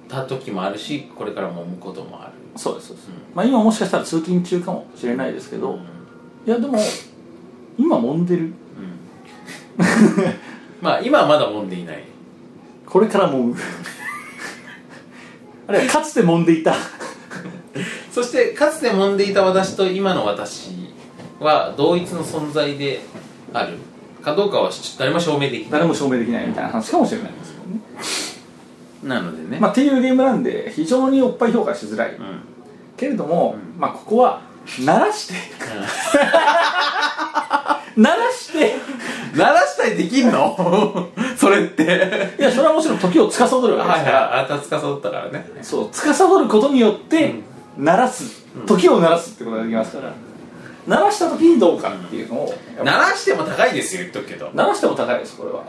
Speaker 2: た時もあるしこれから揉むこともある
Speaker 3: そうですそうです、
Speaker 2: うん
Speaker 3: まあ、今もしかしたら通勤中かもしれないですけど、
Speaker 2: うん
Speaker 3: いやでも今揉んでる
Speaker 2: うんまあ今はまだ揉んでいない
Speaker 3: これから 揉むあるいはかつて揉んでいた
Speaker 2: そしてかつて揉んでいた私と今の私は同一の存在であるかどうかはし誰も証明できない
Speaker 3: 誰も証明できないみたいな話かもしれないですけどね
Speaker 2: なのでね、
Speaker 3: まあ、っていうゲームなんで非常におっぱい評価しづらい
Speaker 2: うんうん
Speaker 3: けれども、まあ、ここは鳴らして鳴らして
Speaker 2: 鳴らしたりできんの それって
Speaker 3: いやそれはもちろん時を司るわけ
Speaker 2: はいは
Speaker 3: ですか
Speaker 2: い
Speaker 3: ら、
Speaker 2: あなたつかそったからね
Speaker 3: そう司ることによって鳴らす、時を鳴らすってことができますから、鳴らした時にどうかっていうのを、
Speaker 2: 鳴らしても高いですよ言っとくけど
Speaker 3: 鳴らしても高いですこれは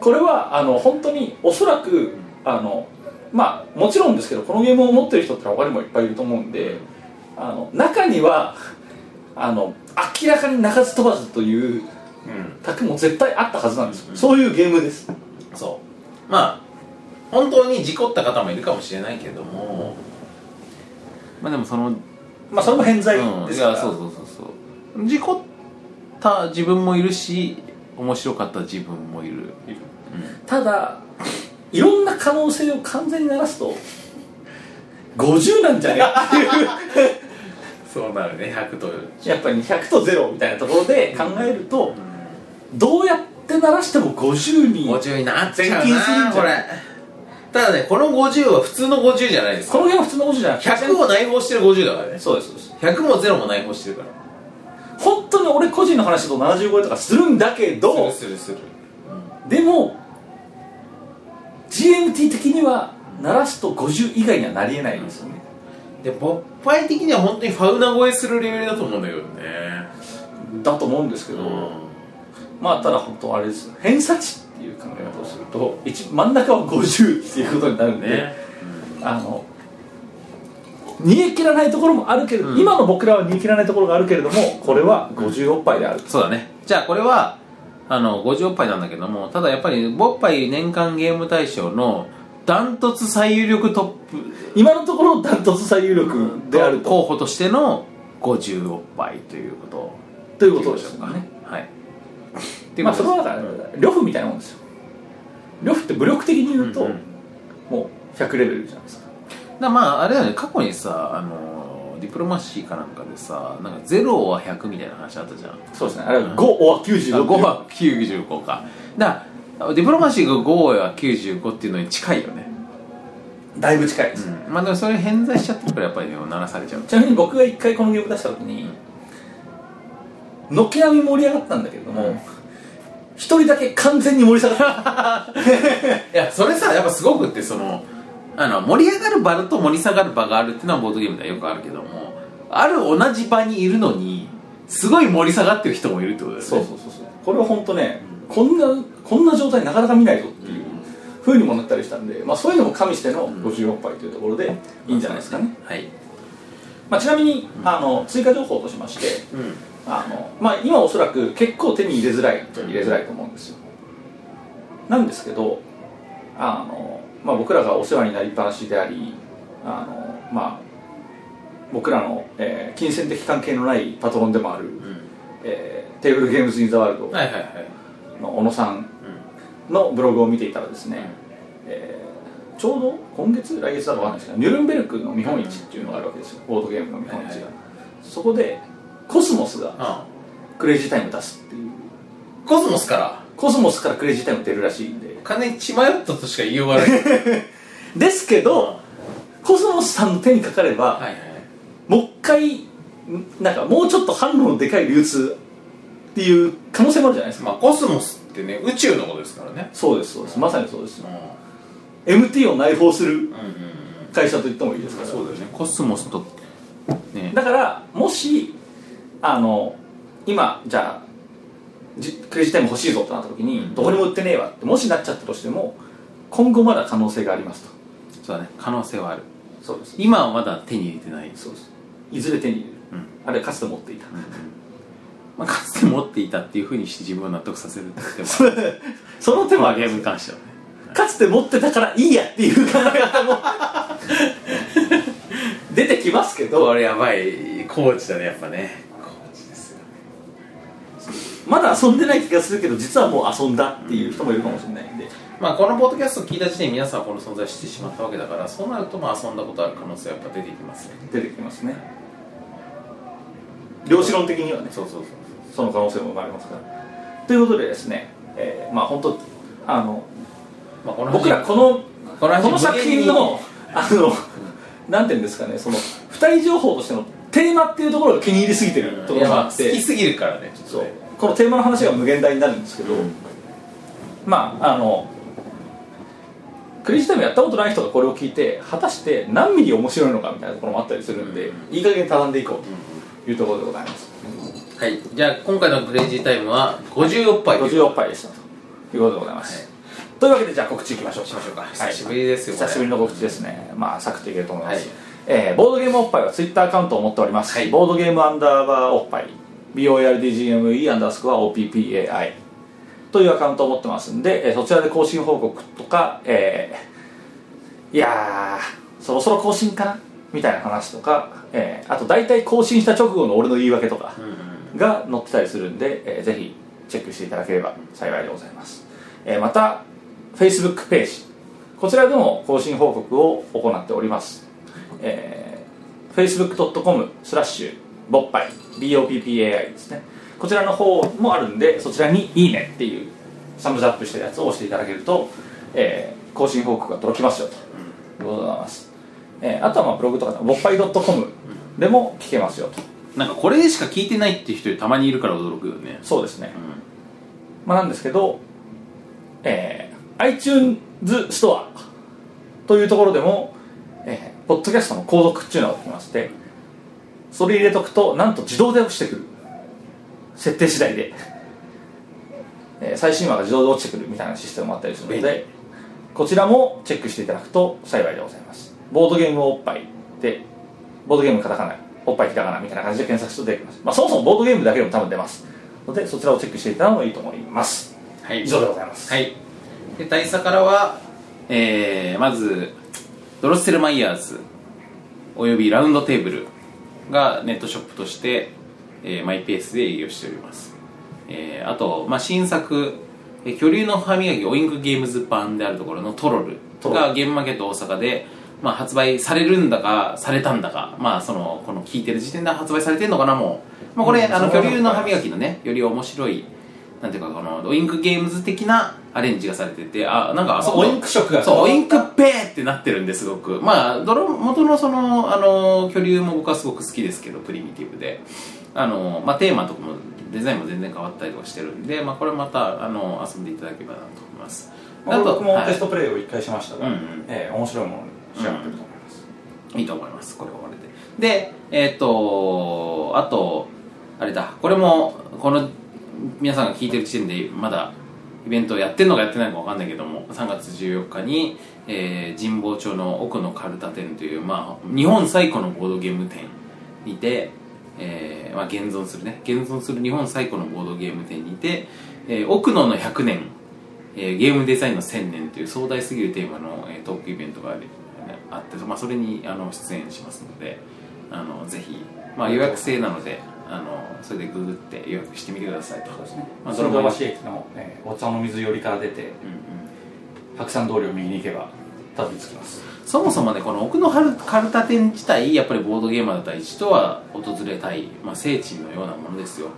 Speaker 3: これはあの本当におそらくあのまあもちろんですけどこのゲームを持ってる人って他にもいっぱいいると思うんであの中にはあの明らかに鳴かず飛ばずとい
Speaker 2: う
Speaker 3: う
Speaker 2: ん
Speaker 3: 卓も絶対あったはずなんですよそういうゲームです
Speaker 2: そうまあ本当に事故った方もいるかもしれないけどもまあでもその
Speaker 3: まあそれも偏在
Speaker 2: うん、
Speaker 3: で
Speaker 2: い
Speaker 3: すから、
Speaker 2: やそうそうそうそう事故った自分もいるし面白かった自分もいる
Speaker 3: ただいろんな可能性を完全にならすと50なんじゃねっていう
Speaker 2: そうなるね100と
Speaker 3: やっぱり100と0みたいなところで考えると、どうやって鳴らしても50に
Speaker 2: 50になっちゃ
Speaker 3: 全
Speaker 2: う
Speaker 3: 金するん
Speaker 2: な
Speaker 3: じ
Speaker 2: こ
Speaker 3: ゃん
Speaker 2: れただねこの50は普通の50じゃないです
Speaker 3: この辺は普通の50じゃなくて
Speaker 2: 100を内包してる50だからね
Speaker 3: そうですそうです
Speaker 2: 100も0も内包してるから
Speaker 3: 本当に俺個人の話だと75円とかするんだけど
Speaker 2: するするする
Speaker 3: でも GMT 的には鳴らすと50以外にはなりえないんですよね
Speaker 2: で勃発的には本当にファウナ超えするレベルだと思うんだけどね
Speaker 3: だと思うんですけ
Speaker 2: う
Speaker 3: ど、
Speaker 2: ん
Speaker 3: まあただ本当あれですよ偏差値っていう考え方をすると一真ん中は50っていうことになるんで、
Speaker 2: ね
Speaker 3: あの煮え切らないところもあるけれど、
Speaker 2: うん
Speaker 3: 今の僕らは煮え切らないところがあるけれどもこれは50おっぱいである、
Speaker 2: そうだねじゃあこれはあの50おっぱいなんだけどもただやっぱりボッパイ年間ゲーム大賞のダントツ最有力ト
Speaker 3: 今のところダントツ最有力
Speaker 2: ップ
Speaker 3: であると、
Speaker 2: 候補としての50おっぱいということ
Speaker 3: ということでしょうかね
Speaker 2: はい
Speaker 3: まあそれはだか
Speaker 2: う
Speaker 3: ら
Speaker 2: ん
Speaker 3: 呂布みたいなもんですよ呂布って武力的に言うと、
Speaker 2: うんうん
Speaker 3: もう100レベルじゃないですか
Speaker 2: だまああれだよね過去にさあのディプロマシーかなんかでさなんか0は100みたいな話あったじゃん
Speaker 3: そうですねあれは5は
Speaker 2: あ
Speaker 3: 95
Speaker 2: 5は95かだからディプロマシーが5は95っていうのに近いよね、
Speaker 3: だいぶ近いですね、
Speaker 2: うん、まあでもそれ偏在しちゃってるからやっぱりね鳴らされちゃう
Speaker 3: ちなみに僕が一回このゲーム出した時に軒並み盛り上がったんだけれども一、人だけ完全に盛り下がった
Speaker 2: いやそれさやっぱすごくってそのあの盛り上がる場と盛り下がる場があるっていうのはボードゲームではよくあるけどもある同じ場にいるのにすごい盛り下がってる人もいるってことだよね
Speaker 3: そうそうそうそうこれは本当ねこんなこんな状態なかなか見ないぞっていうふうにもなったりしたんで、まあ、そういうのも加味しての54杯というところでいいんじゃないですかね、
Speaker 2: はい、
Speaker 3: まあ、ちなみにあの追加情報としまして
Speaker 2: うん、
Speaker 3: あの、まあ、今おそらく結構手に入れづらい入れづらいと思うんですよなんですけどあの、まあ、僕らがお世話になりっぱなしでありあの、まあ、僕らの、えー金銭的関係のないパトロンでもある、えーテーブルゲームズ・イン・ザ・ワールド
Speaker 2: はいはいはい
Speaker 3: の小野さんのブログを見ていたらですね、えーちょうど今月来月だかわかんないですけどニュルンベルクの見本市っていうのがあるわけですよボードゲームの見本市が、
Speaker 2: はいはい
Speaker 3: そこでコスモスが
Speaker 2: あ
Speaker 3: クレイジータイム出すっていう
Speaker 2: コスモスから
Speaker 3: コスモスからクレイジータイム出るらしいんで
Speaker 2: 金血迷ったとしか言いようが ないはい
Speaker 3: ですけどコスモスさんの手にかかれば、
Speaker 2: はい
Speaker 3: もう一回なんかもうちょっと販路のでかい流通っていう可能性もあるじゃないですか
Speaker 2: まあコスモスってね宇宙のことですからね
Speaker 3: そうですそうですまさにそうです
Speaker 2: うん
Speaker 3: MT を内包する
Speaker 2: うんうん
Speaker 3: 会社と言ってもいいですから
Speaker 2: そうだよねコスモスとね
Speaker 3: だからもしあの今じゃあじクレジットタイム欲しいぞとなった時に、
Speaker 2: うん
Speaker 3: どこにも売ってねえわってもしなっちゃったとしても今後まだ可能性がありますと
Speaker 2: そうだね可能性はある
Speaker 3: そうです
Speaker 2: 今はまだ手に入れてない
Speaker 3: そうですいずれ手に入れる、
Speaker 2: うん
Speaker 3: あれはかつて持っていた、
Speaker 2: まあ、かつて持っていたっていうふうにして自分を納得させるっていう手も
Speaker 3: その手も
Speaker 2: ま
Speaker 3: あ
Speaker 2: あ
Speaker 3: り
Speaker 2: ゲ
Speaker 3: ま
Speaker 2: ーム
Speaker 3: す
Speaker 2: に関してはね
Speaker 3: かつて持ってたからいいやっていう考え方も 出てきますけど
Speaker 2: れやばいコーチだねやっぱねコーチですよ
Speaker 3: まだ遊んでない気がするけど実はもう遊んだっていう人もいるかもしれないんで、
Speaker 2: まあこのポッドキャストを聞いた時点で皆さんはこの存在を知ってしまったわけだからそうなるとまあ遊んだことある可能性はやっぱ出てきますね
Speaker 3: 出てきますね量子論的にはね
Speaker 2: そうそうそう
Speaker 3: その可能性も生まれますからということでですね、えーまあ本当あの
Speaker 2: まあこの話
Speaker 3: 僕らこの
Speaker 2: この話
Speaker 3: この作品のあのなんていうんですかねその二人情報としてのテーマっていうところが気に入りすぎてるとこ
Speaker 2: い
Speaker 3: ろ
Speaker 2: や
Speaker 3: が
Speaker 2: まあ
Speaker 3: あっ
Speaker 2: 好
Speaker 3: て
Speaker 2: きすぎるからねちょっと
Speaker 3: そう
Speaker 2: ね
Speaker 3: このテーマの話が無限大になるんですけど、まああのクレイジータイムやったことない人がこれを聞いて果たして何ミリ面白いのかみたいなところもあったりするんで、いい加減畳んでいこうというところでございます
Speaker 2: はいじゃあ今回のクレイジータイムは54杯という
Speaker 3: 54杯でしたということでございます、というわけでじゃあ告知いきましょう
Speaker 2: しましょうか
Speaker 3: はい
Speaker 2: 久しぶりですよこれ
Speaker 3: 久しぶりの告知ですねまあサクッといけると思います、
Speaker 2: はい
Speaker 3: えーボードゲームおっぱいはツイッターアカウントを持っております、
Speaker 2: はい
Speaker 3: ボードゲームアンダーバーおっぱい BORDGME アンダースコア OPPAI というアカウントを持ってますんで、えーそちらで更新報告とか、えーいやーそろそろ更新かなみたいな話とか、えーあと大体更新した直後の俺の言い訳とかが載ってたりするんで、えーぜひチェックしていただければ幸いでございます、えーまた Facebook ページこちらでも更新報告を行っております、えー facebook.com スラッシュボッパイ BOPPAI ですねこちらの方もあるんでそちらに「いいね」っていうサムズアップしてるやつを押していただけると、えー更新報告が届きますよということでございます、えーあとはまあブログとかボッパイ .com でも聞けますよと
Speaker 2: なんかこれしか聞いてないっていう人たまにいるから驚くよね
Speaker 3: そうですね、まあ、なんですけど、えー iTunes ストアというところでも、えーポッドキャストの購読っていうのができましてそれ入れとくとなんと自動で落ちてくる設定次第で、えー最新話が自動で落ちてくるみたいなシステムもあったりするの
Speaker 2: 便
Speaker 3: でこちらもチェックしていただくと幸いでございますボードゲームおっぱいでボードゲームカタカナおっぱいひらがなみたいな感じで検索すると出てきます、まあ、そもそもボードゲームだけでも多分出ますのでそちらをチェックしていただくのもいいと思います
Speaker 2: はい
Speaker 3: 以上でございます
Speaker 2: はいで大佐からは、えーまずドロッセルマイヤーズおよびラウンドテーブルがネットショップとして、えーマイペースで営業しております、えーあと、まあ、新作「えー巨竜の歯磨きオインクゲームズ版」であるところのトロル
Speaker 3: トロル
Speaker 2: がゲームマーケット大阪で、まあ、発売されるんだかされたんだか、まあ、そのこの聞いてる時点で発売されてんのかなもう、まあ、これ、
Speaker 3: うん
Speaker 2: あの
Speaker 3: そ
Speaker 2: 巨
Speaker 3: うだと思います
Speaker 2: 竜の歯磨きのねより面白いなんていうかこのドインクゲームズ的なアレンジがされててあなんかあそこ
Speaker 3: オインク色が
Speaker 2: そうオインクペーってなってるんですごくまあドロ元のそのあの巨竜も僕はすごく好きですけどプリミティブであの、まあ、テーマとかもデザインも全然変わったりとかしてるんで、まあ、これまたあの遊んでいただければなと思いますあと
Speaker 3: 僕も
Speaker 2: は
Speaker 3: テストプレイを一回しましたが、
Speaker 2: うんうん
Speaker 3: えー面白いものに仕上がってると思います、
Speaker 2: い、いいと思いますこれはこれででえっ、とあとあれだこれもこの皆さんが聞いてる時点でまだイベントをやってるのかやってないのかわかんないけども3月14日に、えー神保町の奥のカルタ店という、まあ、日本最古のボードゲーム店にて、えーまあ、現存するね現存する日本最古のボードゲーム店にて、えー奥野の100年、えーゲームデザインの1000年という壮大すぎるテーマの、えートークイベントがありあって、まあ、それにあの出演しますのであのぜひ、まあ、予約制なのであのそれでググって予約してみてくださいと
Speaker 3: そうですね
Speaker 2: まあ
Speaker 3: 鶴橋駅の、えーお茶の水寄りから出て
Speaker 2: うんうん
Speaker 3: 白山通りを右に行けばたどり着きます
Speaker 2: そもそもねこの奥の春カルタ店自体やっぱりボードゲーマーだったら一度は訪れたい、まあ、聖地のようなものですよ、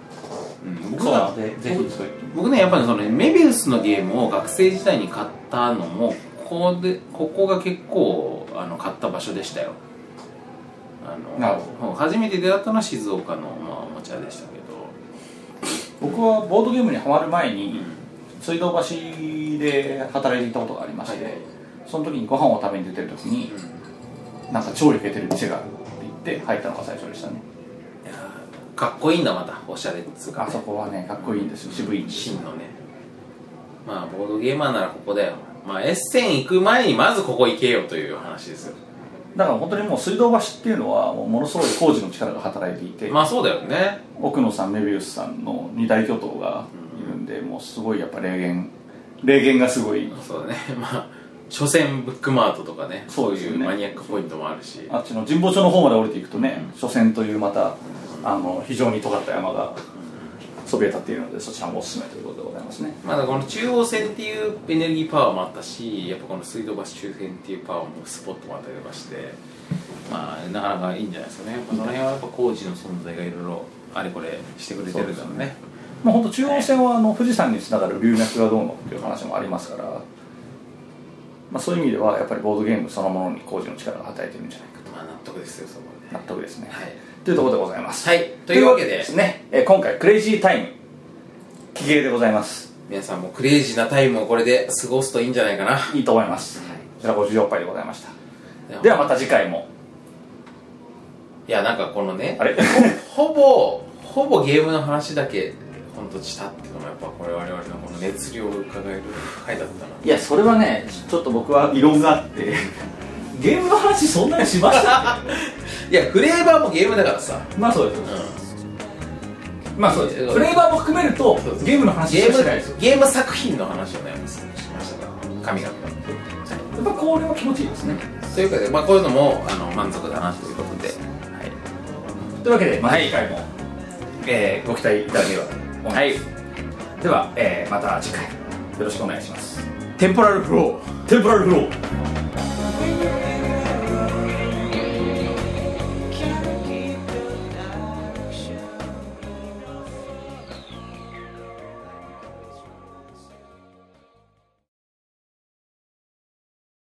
Speaker 2: うん、僕
Speaker 3: そうな
Speaker 2: は
Speaker 3: のでぜひそういう
Speaker 2: 僕ねやっぱりそのメビウスのゲームを学生時代に買ったのもここでここが結構あの買った場所でしたよあの
Speaker 3: なる
Speaker 2: うん初めて出会ったのは静岡の、まあ、おもちゃ屋でしたけど
Speaker 3: 僕はボードゲームにハマる前
Speaker 2: う
Speaker 3: に、水道橋で働いていたことがありまして、
Speaker 2: はい
Speaker 3: その時にご飯を食べに出てる時に、なんか調理受けてる店があるって言って入ったのが最初でしたね
Speaker 2: かっこいいんだまたおしゃれっつうか
Speaker 3: あそこはねかっこいいんですよ渋いんですよ
Speaker 2: 真のねまあボードゲーマーならここだよまあエッセン行く前にまずここ行けよという話ですよ
Speaker 3: だから本当にもう水道橋っていうのはもうものすごい工事の力が働いていて、
Speaker 2: まあそうだよね
Speaker 3: 奥野さんメビウスさんの二大巨頭がいるんで、もうすごいやっぱ霊言霊言がすごい
Speaker 2: そうだね まあ所詮ブックマートとかね
Speaker 3: そうです
Speaker 2: い
Speaker 3: よ
Speaker 2: う
Speaker 3: ね
Speaker 2: マニアックポイントもあるし
Speaker 3: あっちの神保町の方まで降りていくとね初戦というまたあの非常に尖った山がそびえ立っているのでそちらもおすすめということでございますね
Speaker 2: まあだからこの中央線っていうエネルギーパワーもあったしやっぱこの水道橋周辺っていうパワーもスポットもあったりとかしてまあなかなかいいんじゃないですかねやっぱその辺はやっぱ工事の存在がいろいろあれこれしてくれてるんだろうね
Speaker 3: もう本当中央線はあの富士山につながる龍脈がどうのっていう話もありますから、まあ、そういう意味ではやっぱりボードゲームそのものに工事の力が働いてるんじゃないか
Speaker 2: まあ納得ですよそこはね
Speaker 3: 納得ですね、
Speaker 2: はい
Speaker 3: というところでございます
Speaker 2: はいというわけで
Speaker 3: ですね、えー今回クレイジータイム期限でございます
Speaker 2: 皆さんもクレイジーなタイムをこれで過ごすといいんじゃないかない
Speaker 3: いと思います、
Speaker 2: はい
Speaker 3: こちら54杯でございましたではまた次回も
Speaker 2: いやなんかこのね
Speaker 3: あれ
Speaker 2: ほぼほぼゲームの話だけほんとしたっていうのもやっぱこれ我々のこの熱量を伺える回だったない
Speaker 3: やそれはねちょっと僕は異論があってゲームの話そんなにしました
Speaker 2: いやフレーバーもゲームだからさ、
Speaker 3: まあそうです、
Speaker 2: う
Speaker 3: まあそうですフレーバーも含めると
Speaker 2: そうです
Speaker 3: ゲームの
Speaker 2: ん、
Speaker 3: 話
Speaker 2: ゲ
Speaker 3: しかしてないです
Speaker 2: ームゲーム作品の話をねしましたから神々が
Speaker 3: とっぱこれは気持ちいいですね
Speaker 2: というかで、まあ、こういうのもあの満足だなということで、はい
Speaker 3: というわけで、また
Speaker 2: はい
Speaker 3: 次回も、えーご期待いただければと思います、
Speaker 2: はい、
Speaker 3: では、えーまた次回よろしくお願いします
Speaker 2: テンポラルフロー
Speaker 3: テンポラルフロー